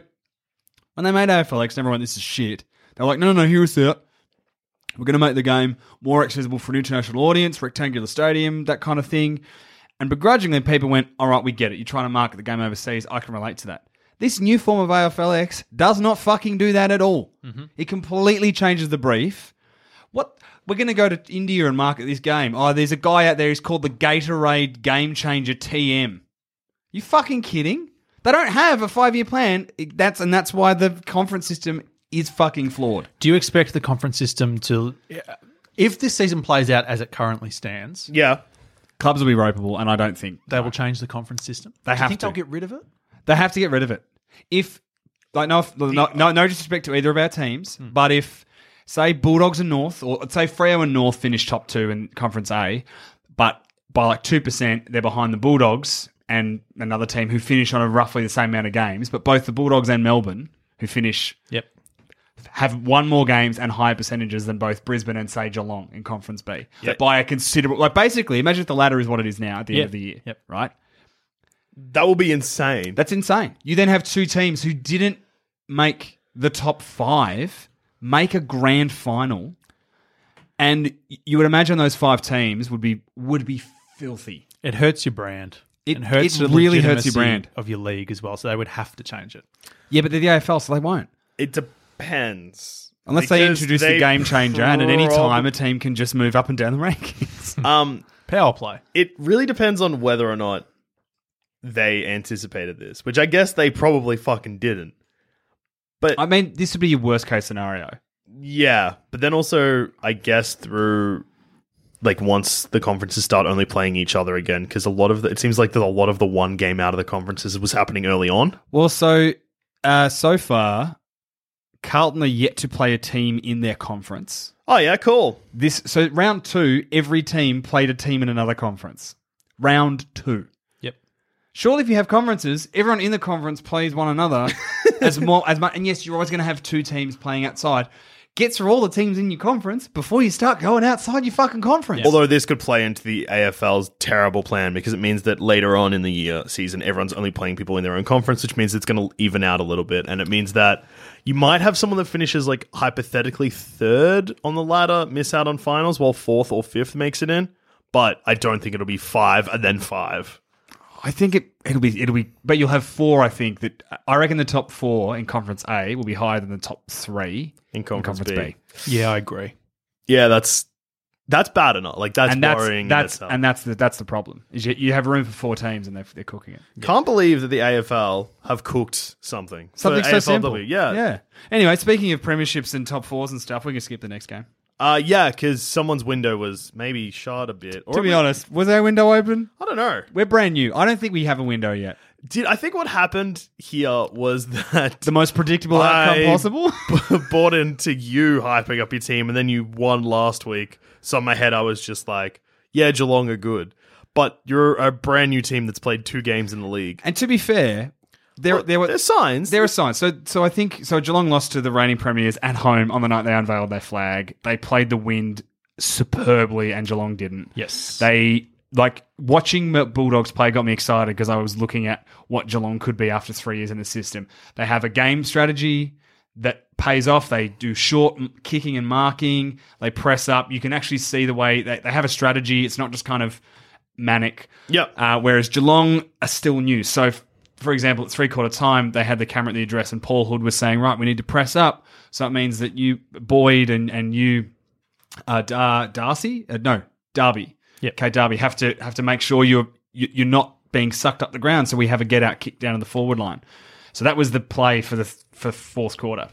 A: when they made AFLX, everyone went, this is shit. They're like, no, no, no, hear us out. We're going to make the game more accessible for an international audience, rectangular stadium, that kind of thing. And begrudgingly, people went, all right, we get it. You're trying to market the game overseas. I can relate to that. This new form of AFLX does not fucking do that at all. It completely changes the brief. What? We're going to go to India and market this game. Oh, there's a guy out there who's called the Gatorade Game Changer TM. You fucking kidding? They don't have a five year plan. It- That's and that's why the conference system is fucking flawed.
C: Do you expect the conference system to, eh, if this season plays out as it currently stands,
B: Yeah.
A: Clubs will be ropeable, and I don't think
C: they will change the conference system?
A: They
C: Do you
A: have
C: think
A: to.
C: they'll get rid of it?
A: They have to get rid of it. If like no, no, no, no disrespect to either of our teams,
C: Hmm.
A: but if say Bulldogs and North, or say Freo and North finish top two in Conference A, but by like two percent, they're behind the Bulldogs and another team who finish on a roughly the same amount of games, but both the Bulldogs and Melbourne who finish
C: Yep.
A: have won more games and higher percentages than both Brisbane and say Geelong in Conference B by a considerable. Like basically, imagine if the latter is what it is now at the end
C: Yep.
A: of the year,
C: Yep.
A: right?
B: That will be insane.
A: That's insane. You then have two teams who didn't make the top five make a grand final, and y- you would imagine those five teams would be would be filthy.
C: It hurts your brand.
A: It-
C: and hurts the
A: it really hurts
C: legitimacy
A: your brand.
C: of your league as well. So they would have to change it.
A: Yeah, but they're the AFL, so they won't.
B: it depends.
A: Unless they
B: Because
A: introduce
B: they
A: the game changer, and at any
B: prob-
A: time a team can just move up and down the rankings.
B: Um,
C: Power play.
B: it really depends on whether or not they anticipated this, which I guess they probably fucking didn't. But
A: I mean, this would be your worst case scenario.
B: yeah, but then also I guess through like once the conferences start only playing each other again because a lot of the, it seems like there's a lot of the one game out of the conferences was happening early on.
A: Well, so uh, so far, Carlton are yet to play a team in their conference.
B: Oh yeah, cool.
A: This so round two, every team played a team in another conference. Round two.
C: Yep.
A: Surely, if you have conferences, everyone in the conference plays one another as more as much. And yes, you're always going to have two teams playing outside. Get through all the teams in your conference before you start going outside your fucking conference.
B: Although this could play into the AFL's terrible plan because it means that later on in the year season, everyone's only playing people in their own conference, which means it's going to even out a little bit. And it means that you might have someone that finishes like hypothetically third on the ladder miss out on finals while fourth or fifth makes it in. But I don't think it'll be five and then five.
A: I think it it'll be it'll be, but you'll have four. I think that I reckon the top four in conference A will be higher than the top three
B: In conference B.
C: Yeah, I agree.
B: Yeah, that's that's bad enough. Like that's
A: and that's
B: worrying. in
A: that's
B: itself.
A: and that's the that's the problem. Is you, you have room for four teams and they're, they're cooking it.
B: can't believe that the AFL have cooked something. for
A: Something so
B: AFLW.
A: simple.
B: Yeah,
A: Yeah. Anyway, speaking of premierships and top fours and stuff, we can skip the next game.
B: Uh, yeah, because someone's window was maybe shot a bit. Or
A: to be
B: it was-
A: honest, was our window open?
B: I don't know.
A: We're brand new. I don't think we have a window yet.
B: Did I think what happened here was that
A: The most predictable
B: I-
A: outcome possible.
B: bought into you hyping up your team, and then you won last week. So in my head, I was just like, "Yeah, Geelong are good." But you're a brand new team that's played two games in the league.
A: and to be fair, there there were
B: There's signs.
A: There are signs. So, so I think so. Geelong lost to the reigning premiers at home on the night they unveiled their flag. They played the wind superbly, and Geelong didn't.
C: Yes.
A: they like watching Mel- Bulldogs play got me excited because I was looking at what Geelong could be after three years in the system. They have a game strategy. that pays off. They do short m- kicking and marking. They press up. You can actually see the way they, they have a strategy. It's not just kind of manic.
B: Yep.
A: Uh, whereas Geelong are still new. So, f- for example, at three quarter time, they had the camera at the address, and Paul Hood was saying, right, we need to press up. So it means that you, Boyd, and, and you, uh, Dar- Darcy, uh, no, Darby,
C: Yep.
A: okay, Darby, have to have to make sure you're you- you're not being sucked up the ground. So we have a get out kick down to the forward line. So that was the play for the for fourth quarter.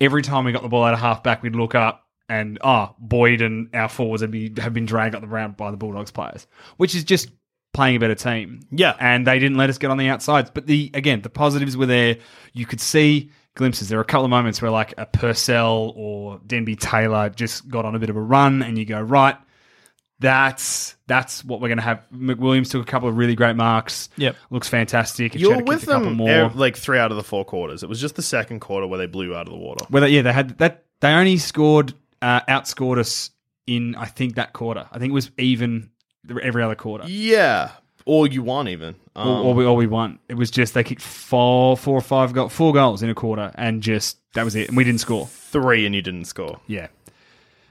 A: Every time we got the ball out of half back, we'd look up and ah, Boyd and our forwards had be have been dragged up the ground by the Bulldogs players, which is just playing a better team.
B: Yeah.
A: and they didn't let us get on the outsides. But the again, the positives were there. You could see glimpses. There were a couple of moments where like a Purcell or Denby Taylor just got on a bit of a run, and you go right. That's that's what we're going to have. McWilliams took a couple of really great marks.
C: Yep.
A: looks fantastic.
B: You were
A: Acheta
B: with
A: kicked a couple
B: them
A: more.
B: ev- like three out of the four quarters. It was just the second quarter where they blew you out of the water.
A: Well, yeah, they had that. They only scored, uh, outscored us in I think that quarter. I think it was even th- every other quarter,
B: Yeah, or you won even. Um,
A: or, or we or we won. It was just they kicked four, four or five, go- four goals in a quarter, and just that was it. And we didn't score.
B: three and you didn't score.
A: Yeah.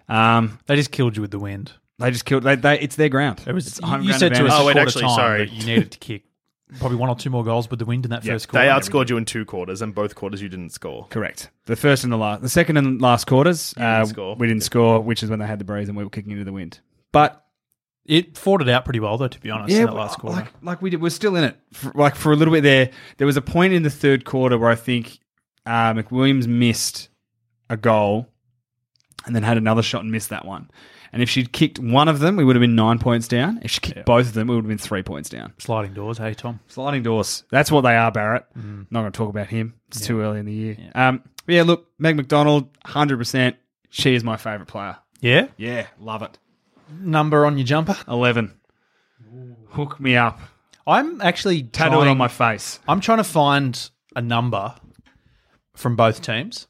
A: Um,
C: They just killed you with the wind.
A: they just killed. They, they it's their ground.
C: It was
A: It's home
C: you
A: ground
C: said to us
A: advantage.
C: at
B: Oh, wait,
C: quarter
B: actually,
C: time
B: sorry.
C: that you needed to kick probably one or two more goals with the wind in that first quarter.
B: They outscored you in two quarters, and both quarters you didn't score.
A: Correct. The first and the last, the second and last quarters, uh,
B: score.
A: we didn't score, which is when they had the breeze and we were kicking into the wind. But
C: It fought it out pretty well though, to be honest, in that
A: well,
C: last quarter.
A: Like, like we did, we're still in it. For, like for a little bit there, there was a point in the third quarter where I think uh, McWilliams missed a goal and then had another shot and missed that one. And if she'd kicked one of them, we would have been nine points down. If she kicked both of them, we would have been three points down.
C: Sliding doors, hey Tom.
A: Sliding doors. That's what they are, Barrett. Not going to talk about him. It's too early in the year. Um, but yeah, look, Meg McDonald, 100%. She is my favourite player.
C: Yeah?
A: Yeah, love it.
C: Number on your jumper.
A: 11. Hook me up.
C: I'm actually
A: Tattoo it
C: trying-
A: on my face.
C: I'm trying to find a number from both teams.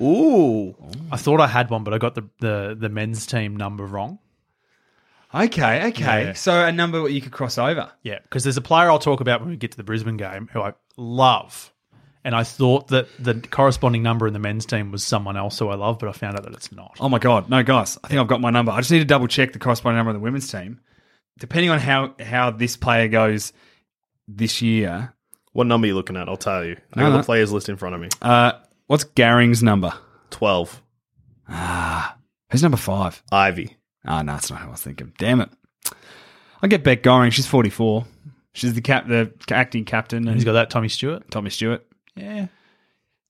B: Ooh,
C: I thought I had one, but I got the, the, the men's team number wrong.
A: Okay, okay.
C: Yeah.
A: So a number that you could cross over.
C: Yeah, because there's a player I'll talk about when we get to the Brisbane game who I love. And I thought that the corresponding number in the men's team was someone else who I love, but I found out that it's not.
A: Oh my god, no guys, I think I've got my number. I just need to double check the corresponding number of the women's team. Depending on how how this player goes this year,
B: what number are you looking at? I'll tell you. I got
A: No, no.
B: the players list in front of me.
A: uh, what's Garing's number?
B: Twelve.
A: Who's number five?
B: Ivy.
A: Ah, no, that's not how I was thinking. Damn it! I get Beck Goring. She's forty four. She's the cap, the acting captain, and
C: He's got that Tommy Stewart.
A: Tommy Stewart.
C: Yeah.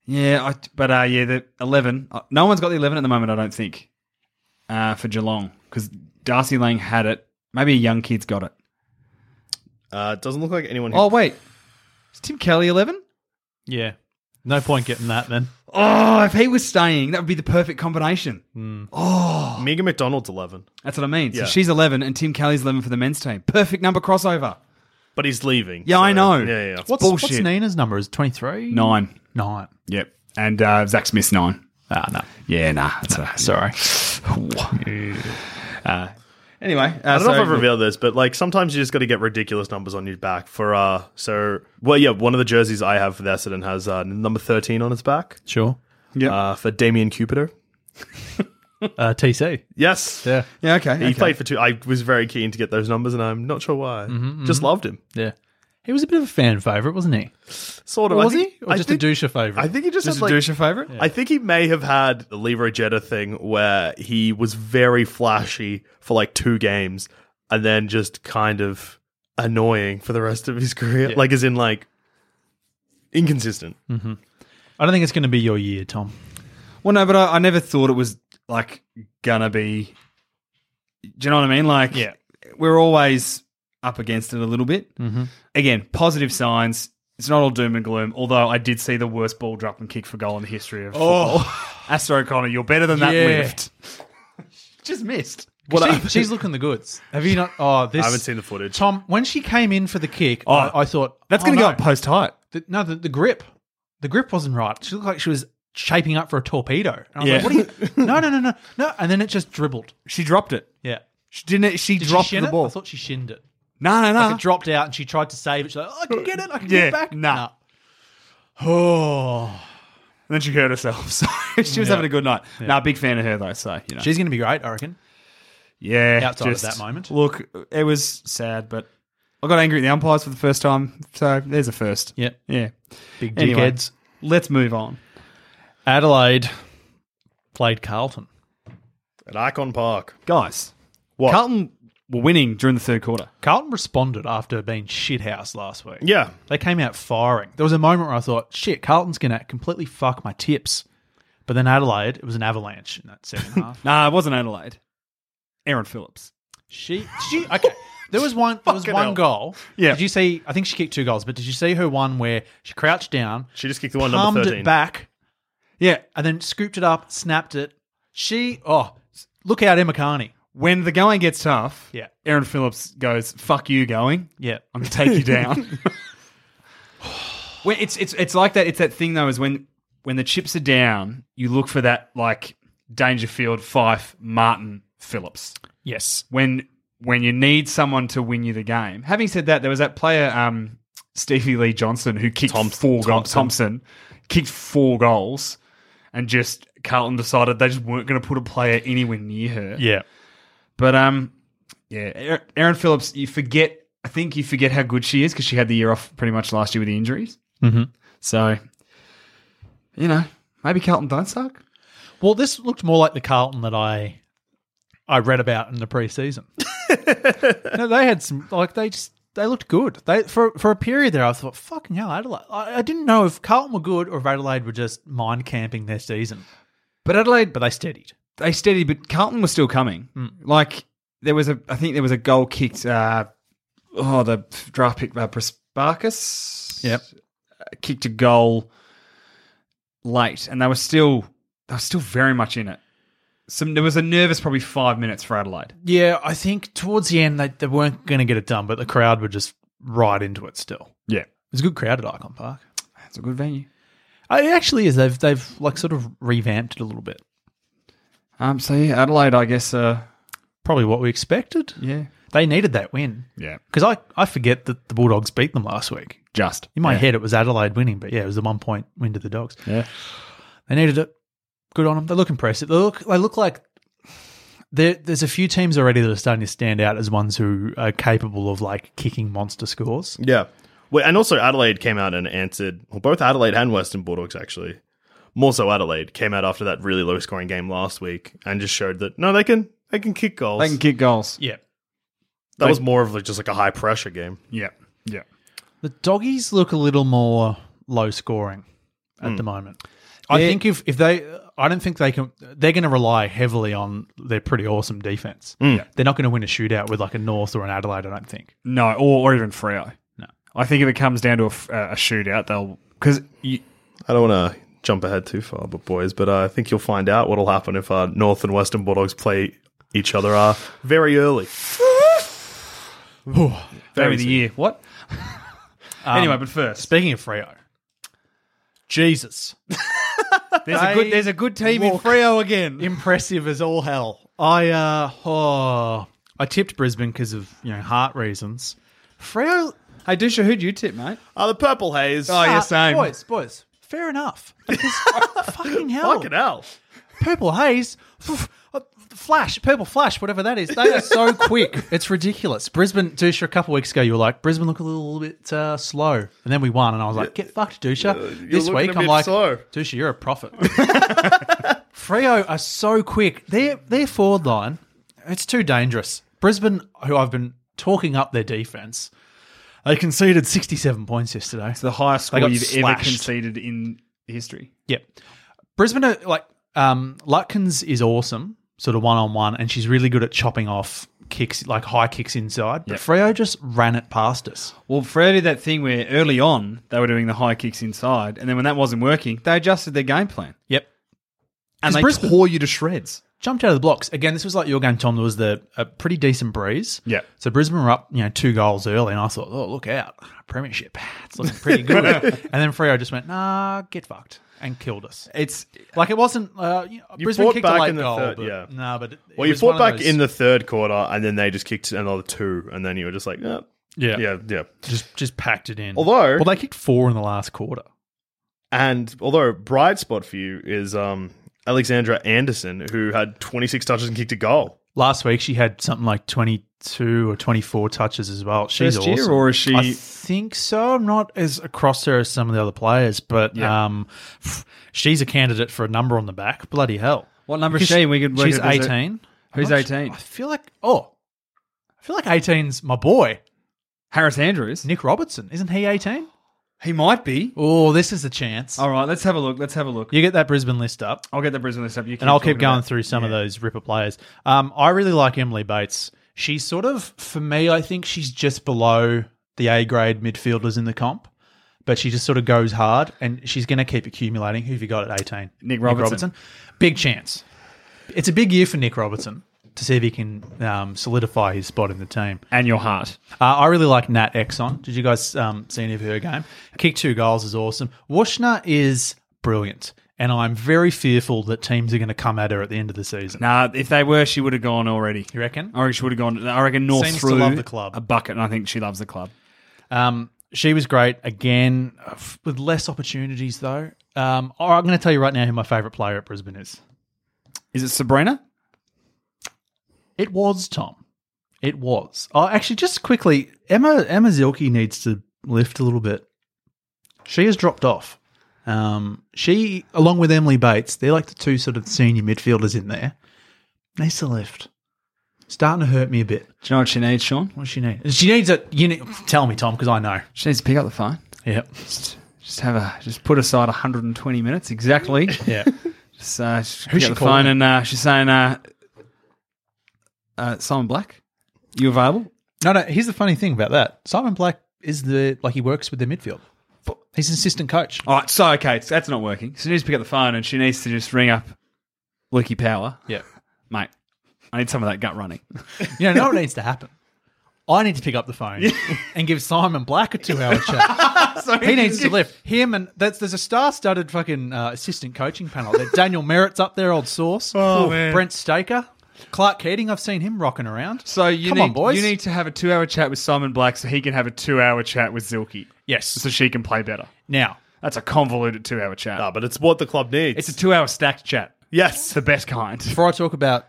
A: Yeah, I, but uh, yeah, the eleven. uh, No one's got the eleven at the moment. I don't think uh, for Geelong because Darcy Lang had it. Maybe a young kid's got it.
B: Uh, it doesn't look like anyone. Who-
A: Oh wait, is Tim Kelly eleven?
C: Yeah. No point getting that then.
A: Oh, if he was staying, that would be the perfect combination. Oh.
B: Megan McDonald's eleven,
A: That's what I mean.
B: Yeah.
A: So she's eleven, and Tim Kelly's eleven for the men's team. Perfect number crossover.
B: but he's leaving.
A: Yeah, I know.
B: Yeah, yeah.
A: What-
C: What's, what's
A: bullshit.
C: Nina's number? Is 23?
A: Nine.
C: Nine.
A: Yep. And uh, Zach Smith nine.
C: Ah, no.
A: Yeah, nah. That's a,
C: Sorry.
A: uh, anyway, uh,
B: I don't know if I've revealed this, but like sometimes you just got to get ridiculous numbers on your back for uh. So well, yeah, one of the jerseys I have for the Essendon has uh, number thirteen on its back
C: Sure.
B: uh, for Damien Cupido.
C: Uh, TC.
B: Yes,
C: Yeah.
A: Yeah. Okay.
B: He played for two. I was very keen to get those numbers, and I'm not sure why.
C: Mm-hmm,
B: Just loved him.
C: Yeah. He was a bit of a fan favourite, wasn't he?
B: Sort of. I
C: Oh, was
B: think-
C: he? Or
B: I
C: just
B: think,
C: a douche favourite?
B: I think he just,
A: Just
B: had,
A: a
B: like.
A: douche favorite.
B: I think he may have had the Leroy Jetta thing where he was very flashy for like two games, and then just kind of annoying for the rest of his career. Like, as in like inconsistent.
C: I don't think it's going to be your year, Tom.
A: Well, no, but I, I never thought it was like gonna be. Do you know what I mean? Like,
C: Yeah.
A: we're always up against it a little bit. Mm-hmm. Again, positive signs. It's not all doom and gloom. Although I did see the worst ball drop and kick for goal in the history of football. Astro Connor, you're better than that
C: Oh. Yeah.
A: lift. Just missed.
C: She- she's looking the goods. Have you not? Oh, this.
B: I haven't seen the footage.
C: Tom, when she came in for the kick, I, I thought
A: That's
C: oh,
A: going to
C: no.
A: go up post height.
C: The- no, the, the grip, the grip wasn't right. She looked like she was shaping up for a torpedo. And I was
A: Yeah.
C: like, what are you? No, no, no, no, no. And then it just dribbled.
A: She dropped it.
C: Yeah.
A: She didn't. She
C: Did
A: dropped
C: she shin
A: the
C: it?
A: ball. Uh-huh.
C: I thought she shinned it.
A: no, no, no.
C: Like it dropped out, and she tried to save it. She's like, oh, I can get it. I can
A: Yeah,
C: get it back.
A: nah.
C: Oh,
A: then she hurt herself. So she was having a good night. Now, big fan of her though. So you know,
C: She's going to be great, I reckon.
A: yeah,
C: outside of that moment.
A: Look, it was sad, but I got angry at the umpires for the first time. So there's a first.
C: Yep.
A: yeah.
C: Big
A: Anyway,
C: dickheads.
A: let's move on.
C: Adelaide played Carlton.
B: At Icon Park.
A: guys.
B: What?
A: Carlton were winning during the third quarter.
C: Carlton responded after being shithouse last week.
B: Yeah.
C: They came out firing. There was a moment where I thought, shit, Carlton's going to completely fuck my tips. But then Adelaide, it was an avalanche in that second half.
A: Nah, it wasn't Adelaide. Aaron Phillips.
C: She, she, okay. There was one. There was
B: Fucking
C: one
B: hell.
C: goal.
A: Yeah.
C: Did you see? I think she kicked two goals, but did you see her one where she crouched down,
B: She just kicked the one number
C: palmed
B: 13.
C: it back,
A: Yeah.
C: and then scooped it up, snapped it. She, oh, look out, Emma Carney.
A: When the going gets tough,
C: Yeah.
A: Aaron Phillips goes, "Fuck you, going.
C: Yeah.
A: I'm gonna take you down." Well, it's it's it's like that. It's that thing though. Is when when the chips are down, you look for that like Dangerfield, Fife, Martin, Phillips.
C: Yes.
A: When when you need someone to win you the game. Having said that, there was that player um, Stevie Lee Johnson who kicked
B: Thompson-
A: four goals.
B: Thompson.
A: Thompson kicked four goals, and just Carlton decided they just weren't going to put a player anywhere near her.
C: Yeah.
A: But um, yeah, Aaron- Aaron Phillips, you forget. I think you forget how good she is because she had the year off pretty much last year with the injuries.
B: Mm-hmm.
C: Mhm.
A: So, you know, maybe Carlton don't suck.
C: Well, this looked more like the Carlton that I, I read about in the preseason. no, they had some like they just they looked good. They for for a period there, I thought, fucking hell, Adelaide. I, I didn't know if Carlton were good or if Adelaide were just mind camping their season,
A: But Adelaide,
C: but they steadied.
A: they steadied, but Carlton was still coming. Like there was a, I think there was a goal kicked. Uh, oh, the draft pick uh, Prasparkas.
C: Yep.
A: uh, kicked a goal late, and they were still they were still very much in it. Some there was a nervous probably five minutes for Adelaide.
C: Yeah, I think towards the end they, they weren't going to get it done, but the crowd were just right into it still. It
A: Yeah,
C: was a good crowd at Icon Park.
A: it's a good venue.
C: Uh, It actually is. They've they've like sort of revamped it a little bit.
A: Um, so yeah, Adelaide, I guess. Uh,
C: Probably what we expected.
A: yeah,
C: They needed that win
A: yeah,
C: because I, I forget that the Bulldogs beat them last week.
A: just
C: In my
A: yeah.
C: head, it was Adelaide winning, but yeah, it was the one point win to the Dogs.
A: Yeah,
C: They needed it. Good on them. They look impressive. They look they look like there, there's a few teams already that are starting to stand out as ones who are capable of like kicking monster scores.
B: Yeah. Well, and also Adelaide came out and answered. Well, both Adelaide and Western Bulldogs actually. More so, Adelaide came out after that really low scoring game last week and just showed that no, they can they can kick goals.
A: they can kick goals.
C: Yeah.
B: that was more of like just like a high pressure game.
A: Yeah, yeah.
C: The doggies look a little more low scoring at the moment. Hmm. I
A: Yeah.
C: think if, if they, I don't think they can, they're going to rely heavily on their pretty awesome defense. They're not going to win a shootout with like a North or an Adelaide, I don't think.
A: No, or, or even Freo.
C: No.
A: I think if it comes down to a, f- uh, a shootout, they'll because
B: I don't want to jump ahead too far, but boys, but uh, I think you'll find out what'll happen if uh, North and Western Bulldogs play each other uh, very early.
A: very the year. What?
C: Um,
A: anyway, but first,
C: Speaking of Freo, Jesus.
A: there's a good there's a good team
C: walk-
A: in Freo again.
C: impressive as all hell. I uh, oh, I tipped Brisbane because of you know heart reasons. Freo,
A: hey, Dusha, who'd you tip, mate?
B: Uh, the Purple Haze. Ah,
A: Oh, yeah,
C: uh,
A: same.
C: boys, boys, fair enough. Because- fucking hell,
B: Fucking hell.
C: purple haze, f- f- flash, purple flash, whatever that is. They are so quick, it's ridiculous. Brisbane, Dusha, a couple weeks ago, you were like Brisbane look a little bit uh, slow, and then we won, and I was like, get fucked, Dusha. this
B: looking
C: week,
B: a
C: I'm
B: bit
C: like,
B: slow.
C: Dusha, you're a prophet. Freo are so quick. Their their forward line, it's too dangerous. Brisbane, who I've been talking up their defense, they conceded 67 points yesterday.
A: The highest
C: They
A: score
C: got
A: you've ever
C: slashed.
A: conceded in history.
C: Yep. Brisbane, are, like, um, Lutkins is awesome, sort of one on one, and she's really good at chopping off kicks, like high kicks inside. But
A: Yep.
C: Freo just ran it past us.
A: Well, Freo did that thing where early on they were doing the high kicks inside, and then when that wasn't working, they adjusted their game plan
C: Yep.
A: and
C: 'Cause
A: they
C: Brisbane-
A: tore you to shreds.
C: Jumped out of the blocks. Again, this was like your game, Tom. There was the a pretty decent breeze.
A: Yep.
C: So Brisbane were up, you know, two goals early, and I thought, oh, look out. Premiership. It's looking pretty good. and then Freo just went, nah, get fucked, and killed us.
A: It's
C: Like, it wasn't, uh, you know,
B: You
C: Brisbane
B: fought
C: kicked
B: back
C: a late
B: in the
C: goal.
B: third,
C: but,
B: yeah.
C: Nah, but. it- it
B: Well, you
C: was one
B: fought
C: of
B: back
C: those-
B: in the third quarter, and then they just kicked another two, and then you were just like, eh, yeah, yeah.
C: just just packed it in.
B: Although-
C: well, they kicked four in the last quarter.
B: And although bright spot for you is um, Alexandra Anderson, who had 26 touches and kicked a goal.
C: Last week she had something like 22 or 24 touches as well. She's
A: First
C: awesome.
A: year, or is she-
C: I think so. I'm not as across her as some of the other players, but
A: Yeah.
C: um, pff, she's a candidate for a number on the back. Bloody hell!
A: What number is
C: Because
A: she? We could work
C: she's
A: it as a-
C: 18.
A: Who's
C: I'm not sure-
A: 18?
C: I feel like oh, I feel like 18's my boy
A: Harris Andrews.
C: Nick Robertson. Isn't he 18?
A: He might be.
C: Oh, this is a chance.
A: All right, let's have a look. Let's have a look.
C: You get that Brisbane list up.
A: I'll get the Brisbane list up. You
C: and I'll keep
A: talking
C: going
A: about-
C: through some of those Ripper players. Um, I really like Emily Bates. She's sort of, for me, I think she's just below the A grade midfielders in the comp, but she just sort of goes hard and she's going to keep accumulating. Who've you got at 18?
A: Nick Robertson.
C: Big chance. It's a big year for Nick Robertson to see if he can um, solidify his spot in the team.
A: And your heart.
C: Uh, I really like Nat Exon. Did you guys um, see any of her game? Kick two goals is awesome. Washner is brilliant, and I'm very fearful that teams are going to come at her at the end of the season.
A: Nah, if they were, she would have gone already.
C: You reckon?
A: I reckon she would have gone. I reckon North
C: Seems to
A: threw
C: love the club.
A: a bucket, and I think she loves the club.
C: Um, she was great again uh, f- with less opportunities though. Um, oh, I'm going to tell you right now who my favourite player at Brisbane is.
A: Is it Sabrina?
C: It was Tom. It was. Oh, actually, just quickly, Emma Emma Zilke needs to lift a little bit. She has dropped off. Um, she, along with Emily Bates, they're like the two sort of senior midfielders in there. Needs to lift. Starting to hurt me a bit.
A: Do you know what she needs, Sean?
C: What does she need? She needs a. You need, tell me, Tom, because I know.
A: She needs to pick up the phone.
C: Yep.
A: Just, just have a just put aside 120 minutes exactly.
C: Yeah.
A: just, uh, just
C: Who's
A: pick
C: she
A: up the
C: calling?
A: phone, and uh, she's saying, uh, uh, "Simon Black, you available?"
C: No, no. Here's the funny thing about that. Simon Black is the like he works with the midfield. He's an assistant coach.
A: All right, so okay, so that's not working. So she needs to pick up the phone, and she needs to just ring up Lukey Power,
C: Yeah.
A: mate. I need some of that gut running.
C: You know, no what needs to happen. I need to pick up the phone and give Simon Black a two-hour chat. he needs to lift him, and that's, there's a star-studded fucking uh, assistant coaching panel. There, Daniel Merritt's up there, old source.
A: Oh, man.
C: Brent Staker, Clark Keating. I've seen him rocking around.
A: So you
C: Come
A: need
C: on, boys.
A: you need to have a two hour chat with Simon Black so he can have a two hour chat with Zilke.
C: Yes.
A: So she can play better.
C: now,
A: That's a convoluted two hour chat.
B: Ah,
C: Oh,
B: but it's what the club needs.
A: It's a two hour stacked chat.
B: yes.
A: The best kind.
C: before I talk about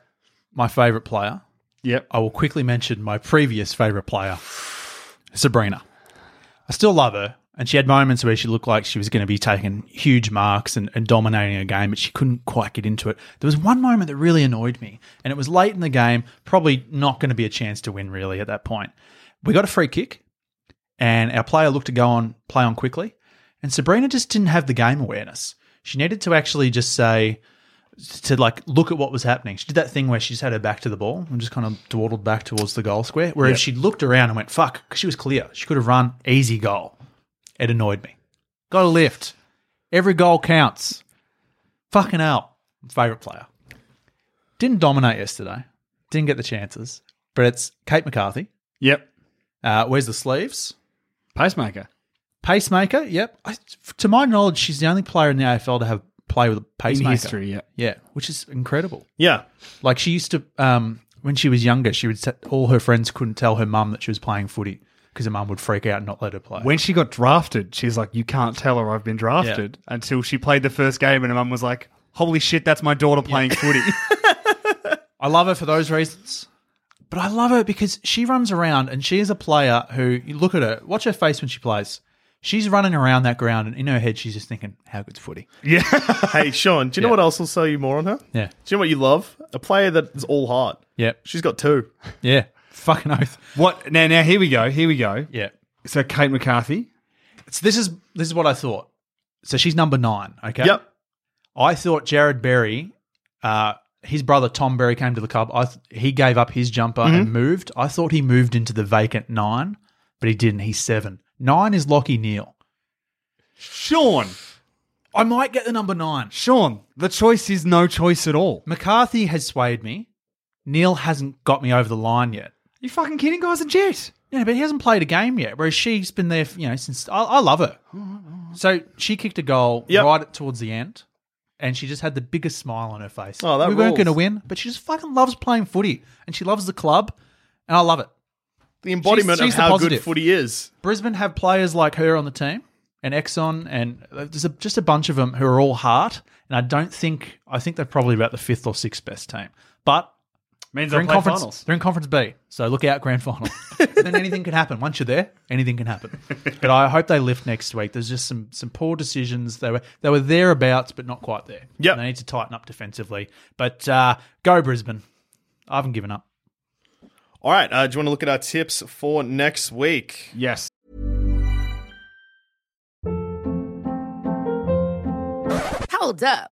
C: my favourite player,
A: Yep.
C: I will quickly mention my previous favourite player, Sabrina. I still love her, and she had moments where she looked like she was going to be taking huge marks and, and dominating a game, but she couldn't quite get into it. There was one moment that really annoyed me, and it was late in the game, probably not going to be a chance to win really at that point. We got a free kick, and our player looked to go on play on quickly, and Sabrina just didn't have the game awareness. She needed to actually just say, to like look at what was happening. She did that thing where she just had her back to the ball and just kind of dawdled back towards the goal square. Whereas she looked around and went, fuck, because she was clear. She could have run easy goal. It annoyed me. Got a lift. Every goal counts. Fucking hell. Favorite player. Didn't dominate yesterday. Didn't get the chances. But it's Kate McCarthy.
A: Yep.
C: Uh, where's the sleeves?
A: Pacemaker.
C: Pacemaker. Yep. I, to my knowledge, she's the only player in the AFL to have play with a
A: In
C: pacemaker.
A: history, yeah.
C: Yeah, which is incredible.
B: Yeah.
C: Like she used to, um, when she was younger, she would set, all her friends couldn't tell her mum that she was playing footy because her mum would freak out and not let her play.
A: When she got drafted, she's like, You can't tell her I've been drafted until she played the first game and her mum was like, Holy shit, that's my daughter playing footy.
C: I love her for those reasons, but I love her because she runs around and she is a player who you look at her, watch her face when she plays. She's running around that ground, and in her head, she's just thinking, "How good's footy?"
B: Hey, Sean, do you know what else will sell you more on her?
C: Yeah,
B: Do you know what you love? A player that is all heart.
C: yeah,
B: She's got two.
C: yeah. Fucking oath.
A: what now now here we go, here we go.
C: Yeah.
A: So Kate McCarthy.
C: So this is this is what I thought. So she's number nine. Okay.
B: Yep.
C: I thought Jared Berry, uh, his brother Tom Berry came to the club. I th- he gave up his jumper and moved. I thought he moved into the vacant nine, but he didn't. He's seven. Nine is Lockie Neal.
A: Sean.
C: I might get the number nine.
A: Sean, the choice is no choice at all.
C: McCarthy has swayed me. Neal hasn't got me over the line yet.
A: You fucking kidding, guys? A jet.
C: Yeah, but he hasn't played a game yet. Whereas she's been there, you know, since I, I love her. So she kicked a goal
B: Yep.
C: right towards the end, and she just had the biggest smile on her face.
B: Oh, that
C: we weren't
B: rules.
C: going to win, but she just fucking loves playing footy, and she loves the club, and I love it.
B: The embodiment
C: she's
B: of
C: the
B: how
C: positive.
B: good footy is.
C: Brisbane have players like her on the team, and Exxon, and uh, there's a, just a bunch of them who are all heart. And I don't think I think they're probably about the fifth or sixth best team, but
A: Means
C: they're
A: they'll
C: in
A: play
C: conference.
A: finals.
C: They're in conference B, so look out grand final. then anything can happen. Once you're there, anything can happen. But I hope they lift next week. There's just some some poor decisions. They were they were thereabouts, but not quite there.
B: Yep.
C: And they need to tighten up defensively. But uh, go Brisbane. I haven't given up.
B: All right. Uh, do you want to look at our tips for next week?
A: Yes.
D: Hold up.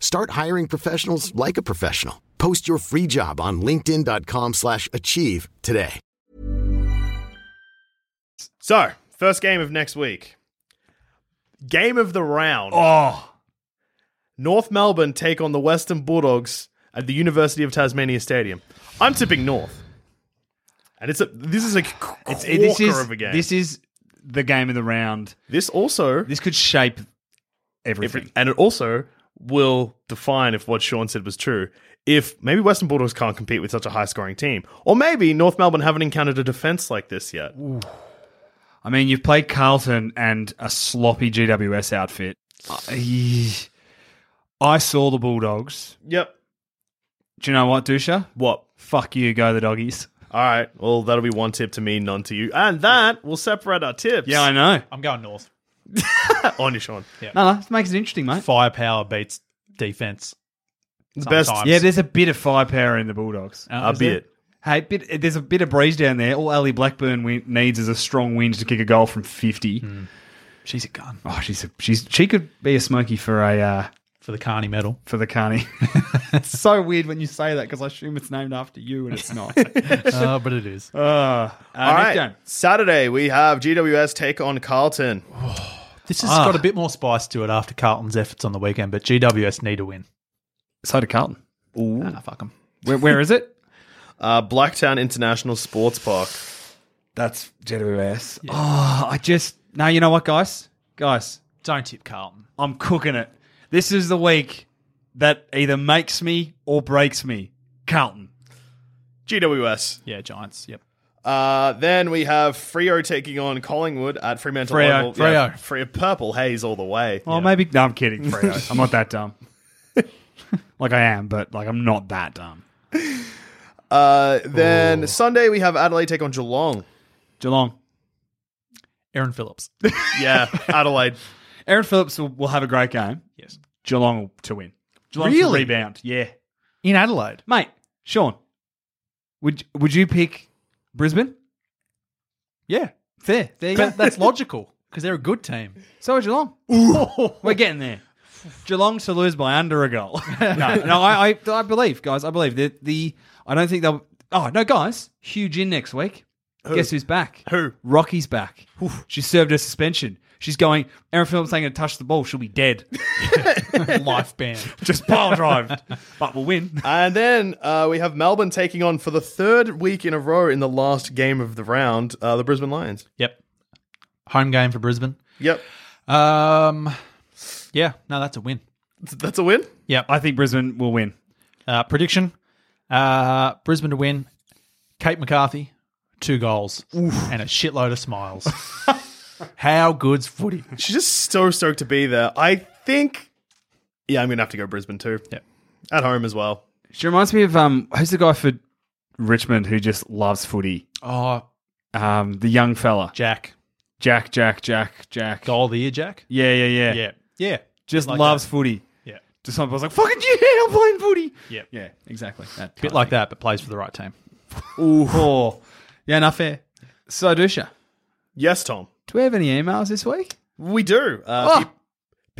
E: Start hiring professionals like a professional. Post your free job on linkedin.com/achieve slash achieve today.
B: So, first game of next week. Game of the round.
A: Oh,
B: North Melbourne take on the Western Bulldogs at the University of Tasmania Stadium. I'm tipping North. And it's a this is a c-
A: it's,
B: corker
A: it- this is
B: of a game.
A: this is the game of the round.
B: this also
A: This could shape
B: if
A: everything.
B: it- and it also will define if what Sean said was true. If maybe Western Bulldogs can't compete with such a high scoring team, or maybe North Melbourne haven't encountered a defense like this yet.
A: I mean, you've played Carlton and a sloppy GWS outfit. I, I saw the Bulldogs.
B: Yep.
A: Do you know what, Dusha?
B: What?
A: Fuck you, go the doggies.
B: All right. Well, that'll be one tip to me, none to you, and that will separate our tips.
A: Yeah, I know.
C: I'm going north.
B: on you, Sean.
A: No, no, this makes it interesting, mate.
C: Firepower beats defense.
B: The best.
C: Sometimes.
A: Yeah, there's a bit of firepower in the Bulldogs.
C: Uh,
B: A
C: is there-
B: bit.
A: Hey, bit, there's a bit of breeze down there. All Ali Blackburn we, needs is a strong wind to kick a goal from 50.
C: She's a gun
A: Hmm. Oh, she's a, she's she could be a smoky for a uh,
C: for the Carney medal.
A: for the carney. it's so weird when you say that because I assume it's named after you and it's not. uh,
C: Uh, but it is.
A: uh,
B: All
A: next
B: right.
A: game.
B: Saturday we have GWS take on Carlton.
C: This has got a bit more spice to it after Carlton's efforts on the weekend, but GWS need to win.
A: So did Carlton.
C: Ah, fuck 'em.
A: Uh, Where, where is it?
B: Uh, Blacktown International Sports Park.
A: That's GWS. Oh, I just no. You know what, guys? Guys,
C: Don't tip Carlton.
A: I'm cooking it. This is the week that either makes me or breaks me. Carlton.
B: GWS.
C: Yeah, Giants. Yep.
B: Uh, then we have Frio taking on Collingwood at Fremantle.
A: Freo,
B: Oval. Yeah,
C: Freo.
B: Freo, purple haze all the way.
A: Oh, maybe. No, I'm kidding. Freo. I'm not that dumb. like I am, but like I'm not that dumb.
B: Uh, then Sunday we have Adelaide take on Geelong.
A: Geelong.
C: Aaron Phillips.
B: Yeah, Adelaide.
A: Aaron Phillips will, will have a great game.
C: Yes.
A: Geelong will- to win. Geelong to
C: Really?
A: rebound. Yeah,
C: In Adelaide.
A: mate. Sean, would would you pick Brisbane?
C: Yeah.
A: Fair. There you go.
C: But that's logical because they're a good team.
A: So is Geelong. We're getting there. Geelong to lose by under a goal. no, no, I, I, I believe, guys. I believe that the. I don't think they'll. Oh no, guys! Huge in next week. Guess who's back?
B: Who?
A: Rocky's back. She served her suspension. She's going. Aaron Phillips ain't going to touch the ball. She'll be dead.
C: Life band.
A: Just pile drive. but we'll win.
B: And then uh, we have Melbourne taking on for the third week in a row in the last game of the round uh, the Brisbane Lions.
C: Yep. Home game for Brisbane.
B: Yep,
C: Um, yeah. No, that's a win.
B: that's a win.
C: Yep.
A: I think Brisbane will win.
C: Uh, prediction: uh, Brisbane to win. Kate McCarthy, two goals and a shitload of smiles. How good's footy?
B: She's just so stoked to be there. I think. Yeah, I'm gonna have to go Brisbane too.
C: Yep.
B: at home as well.
A: She reminds me of um, who's the guy for Richmond who just loves footy?
C: Oh,
A: Um, the young fella,
C: Jack,
A: Jack, Jack, Jack, Jack.
C: goal of the year, Jack.
A: Yeah, yeah, yeah.
C: Yeah, yeah,
A: Just
C: Like
A: loves
C: that.
A: footy.
C: yeah.
A: To some people, I was like, fucking yeah, I'm playing footy.
C: Yep.
A: Yeah, exactly. That
C: Bit like that, but plays for the right team.
A: Ooh. Oh. Yeah, not fair. So, Dusha,
B: Yes, Tom.
A: do we have any emails this week?
B: We do. Uh,
A: Oh.
B: pe-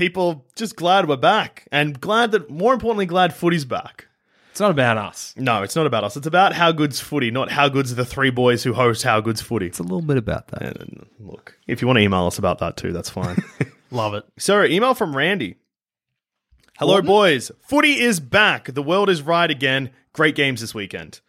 B: people just glad we're back and glad that, more importantly, glad footy's back.
A: It's not about us.
B: No, it's not about us. It's about how good's footy, not how good's the three boys who host how good's footy.
A: It's a little bit about that.
B: And look, if you want to email us about that too, that's fine.
C: Love it.
B: so, email from Randy. Hello, boys. Footy is back. The world is right again. Great games this weekend.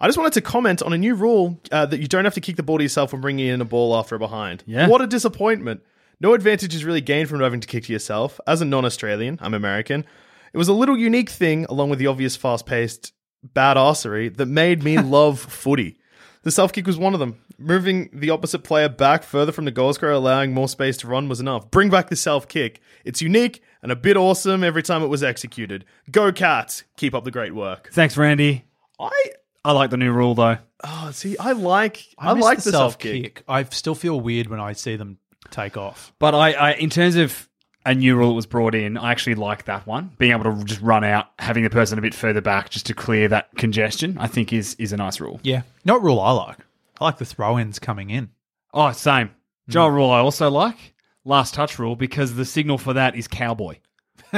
B: I just wanted to comment on a new rule uh, that you don't have to kick the ball to yourself when bringing in a ball after a behind.
A: Yeah.
B: What a disappointment. No advantage is really gained from not having to kick to yourself. As a non Australian, I'm American. It was a little unique thing, along with the obvious fast paced badassery, that made me love footy. The self kick was one of them. Moving the opposite player back further from the goal scorer, allowing more space to run was enough. Bring back the self kick. It's unique and a bit awesome every time it was executed. Go Cats! Keep up the great work.
A: Thanks, Randy.
B: I
A: I like the new rule, though.
B: oh see, I like I,
C: miss
B: like the self kick.
C: I still feel weird when I see them take off.
A: But I, I, in terms of a new rule that was brought in, I actually like that one. Being able to just run out, having the person a bit further back just to clear that congestion, I think is is a nice rule.
C: Yeah. Not rule I like. I like the throw ins coming in.
A: Oh, same. Joel rule I also like. Last touch rule because the signal for that is cowboy.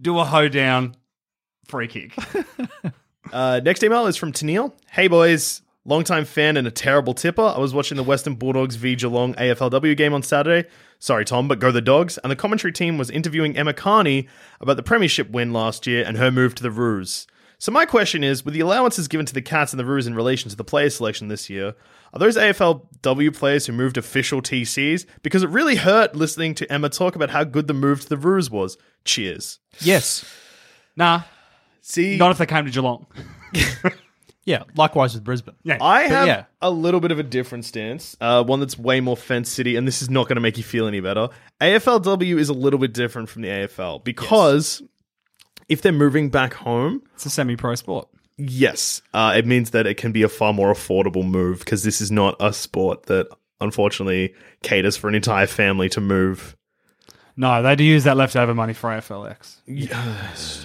A: Do a hoe down, free kick.
B: Uh, next email is from Tennille. Hey boys, longtime fan and a terrible tipper. I was watching the Western Bulldogs v Geelong AFLW game on Saturday. Sorry, Tom, but go the dogs. And the commentary team was interviewing Emma Carney about the premiership win last year and her move to the Roos. So my question is, with the allowances given to the Cats and the Roos in relation to the player selection this year, are those AFLW players who moved official TCs? Because it really hurt listening to Emma talk about how good the move to the Roos was. Cheers.
C: Yes.
A: Nah,
B: See,
A: not if they came to Geelong.
C: Yeah. Likewise with Brisbane.
A: Yeah.
B: I have
C: yeah.
B: a little bit of a different stance, uh, one that's way more fence city, and this is not going to make you feel any better. AFLW is a little bit different from the AFL because if they're moving back home,
A: It's a semi-pro sport.
B: yes, uh, it means that it can be a far more affordable move because this is not a sport that unfortunately caters for an entire family to move.
A: No, they do use that leftover money for AFLX.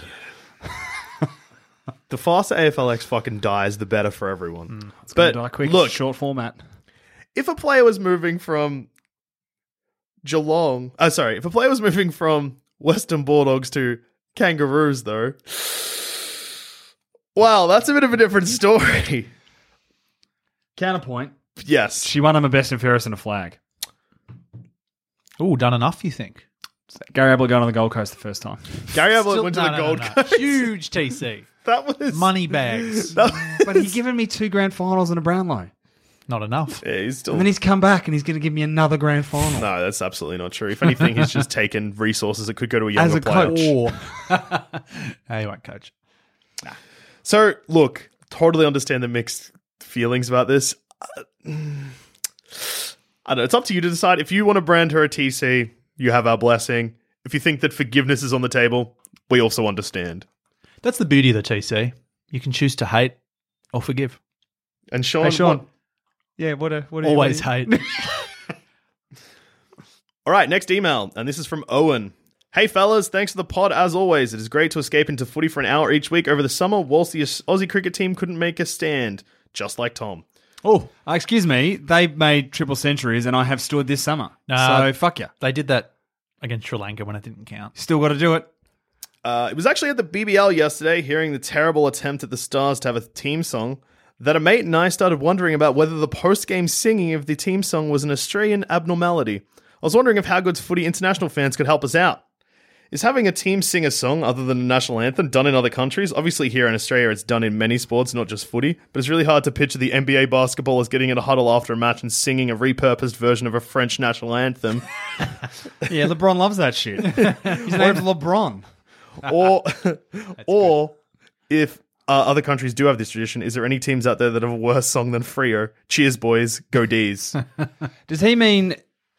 B: The faster AFLX fucking dies, the better for everyone.
A: Mm, It's
B: but
A: gonna die uh, quick.
B: look,
A: short format.
B: if a player was moving from Geelong, uh, sorry, if a player was moving from Western Bulldogs to Kangaroos, though, wow, that's a bit of a different story.
A: Counterpoint.
B: yes,
A: She won him a best and fairest and a flag.
C: Oh, done enough, you think?
A: Gary Ablett going on the Gold Coast the first time.
B: Gary Ablett went to
C: no, no,
B: the Gold
C: no, no.
B: Coast.
C: Huge TC.
B: That was
C: Money bags.
A: But he's given me two grand finals and a Brownlow.
C: Not enough.
B: Yeah, he's still.
A: And then he's come back and he's going to give me another grand final.
B: no, that's absolutely not true. If anything, he's just taken resources that could go to a younger
A: As a
B: player.
A: coach.
C: Or. hey, won't coach.
B: So, look, totally understand the mixed feelings about this. Uh, I don't know. It's up to you to decide. If you want to brand her a TC, you have our blessing. If you think that forgiveness is on the table, we also understand.
C: That's the beauty of the TC. You can choose to hate or forgive.
B: And Sean,
A: Hey, Sean.
B: what-
A: Yeah, what a what a
C: Always
A: what a-
C: hate.
B: All right, next email, and this is from Owen. Hey fellas, thanks for the pod as always. It is great to escape into footy for an hour each week over the summer whilst the Aus- Aussie cricket team couldn't make a stand, just like Tom.
C: oh,
A: Uh, excuse me, they made triple centuries and I have stood this summer.
C: Nah.
A: So fuck you.
C: they did that against Sri Lanka when it didn't count.
A: Still got to do it.
B: Uh, it was actually at the BBL yesterday, hearing the terrible attempt at the Stars to have a team song, that a mate and I started wondering about whether the post game singing of the team song was an Australian abnormality. I was wondering if How Good's Footy International fans could help us out. Is having a team sing a song other than the national anthem done in other countries? Obviously, here in Australia, it's done in many sports, not just footy, but it's really hard to picture the NBA basketballers getting in a huddle after a match and singing a repurposed version of a French national anthem.
A: Yeah, LeBron loves that shit. His name's LeBron.
B: or or if uh, other countries do have this tradition, is there any teams out there that have a worse song than Frio? Cheers, boys. Go D's.
A: Does he mean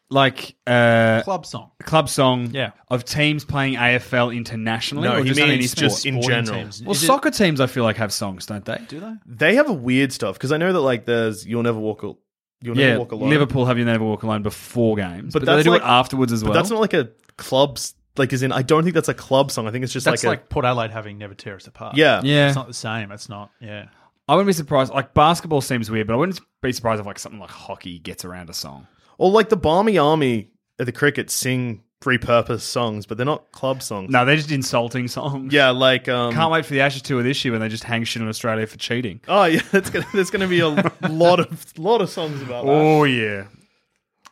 A: like uh,
C: Club song.
A: club song
C: Yeah.
A: of teams playing AFL internationally?
B: No,
A: or
B: he
A: just only
B: means
A: in any
B: just
A: sport?
B: in
C: Sporting
B: general.
C: teams.
A: Well,
C: Is it-
A: soccer teams I feel like have songs, don't they? Do they?
B: they have a weird stuff because I know that like there's you'll never walk al- you'll
A: Yeah,
B: never walk alone.
A: Liverpool have you never walk alone before games, but,
B: But
A: they
B: that's
A: do
B: like-
A: it afterwards as
B: but
A: well.
B: that's not like a clubs like as in I don't think that's a club song. I think it's just
C: That's
B: like,
C: like, Port Adelaide having Never Tear Us Apart.
B: a yeah
A: uh, yeah.
C: It's not the same. It's not. Yeah.
A: I wouldn't be surprised. Like basketball seems weird, but I wouldn't be surprised if like something like hockey gets around a song.
B: Or like the Barmy Army at the cricket sing repurposed songs, but they're not club songs.
A: No, they're just insulting songs.
B: Yeah, like um,
A: Can't wait for the Ashes tour this year when they just hang shit on Australia for cheating.
B: Oh yeah, that's gonna, there's going to be a lot of lot of songs about that.
A: Oh yeah,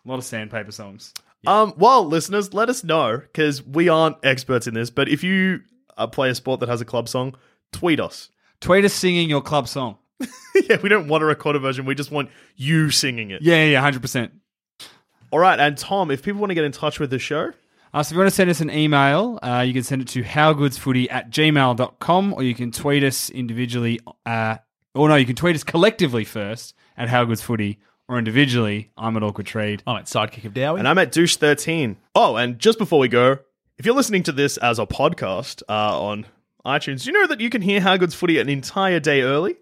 A: a lot of sandpaper songs.
B: Um, well, listeners, let us know because we aren't experts in this. But if you uh, play a sport that has a club song, tweet us.
A: Tweet us singing your club song.
B: yeah, we don't want a recorded version. We just want you singing it.
A: Yeah, yeah, yeah, hundred percent.
B: All right, and Tom, if people want to get in touch with the show,
A: Uh, so if you want to send us an email, uh, you can send it to howgoodsfooty at gmail.com or you can tweet us individually. Uh, or no, you can tweet us collectively first at howgoodsfooty or individually. I'm at awkward trade.
C: I'm at Oh, sidekick of Dowie.
B: and I'm at douche thirteen. Oh, and just before we go, if you're listening to this as a podcast uh, on iTunes, do you know that you can hear How Good's Footy an entire day early.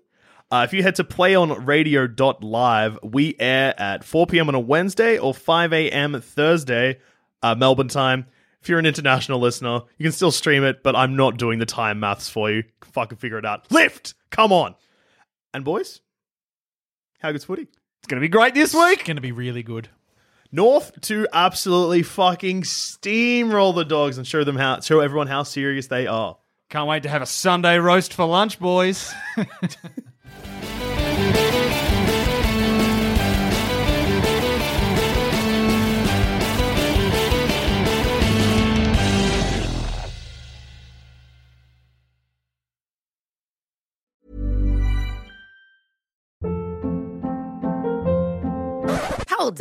B: Uh, if you head to playonradio.live, we air at 4 p.m. on a Wednesday or 5 a.m. Thursday, uh, Melbourne time. If you're an international listener, you can still stream it, but I'm not doing the time maths for you. Fucking figure it out. Lift! Come on! And boys, how good's footy?
A: It's going to be great this week.
C: going to be really good.
B: North to absolutely fucking steamroll the dogs and show them how show everyone how serious they are.
A: Can't wait to have a Sunday roast for lunch, boys.
D: Hold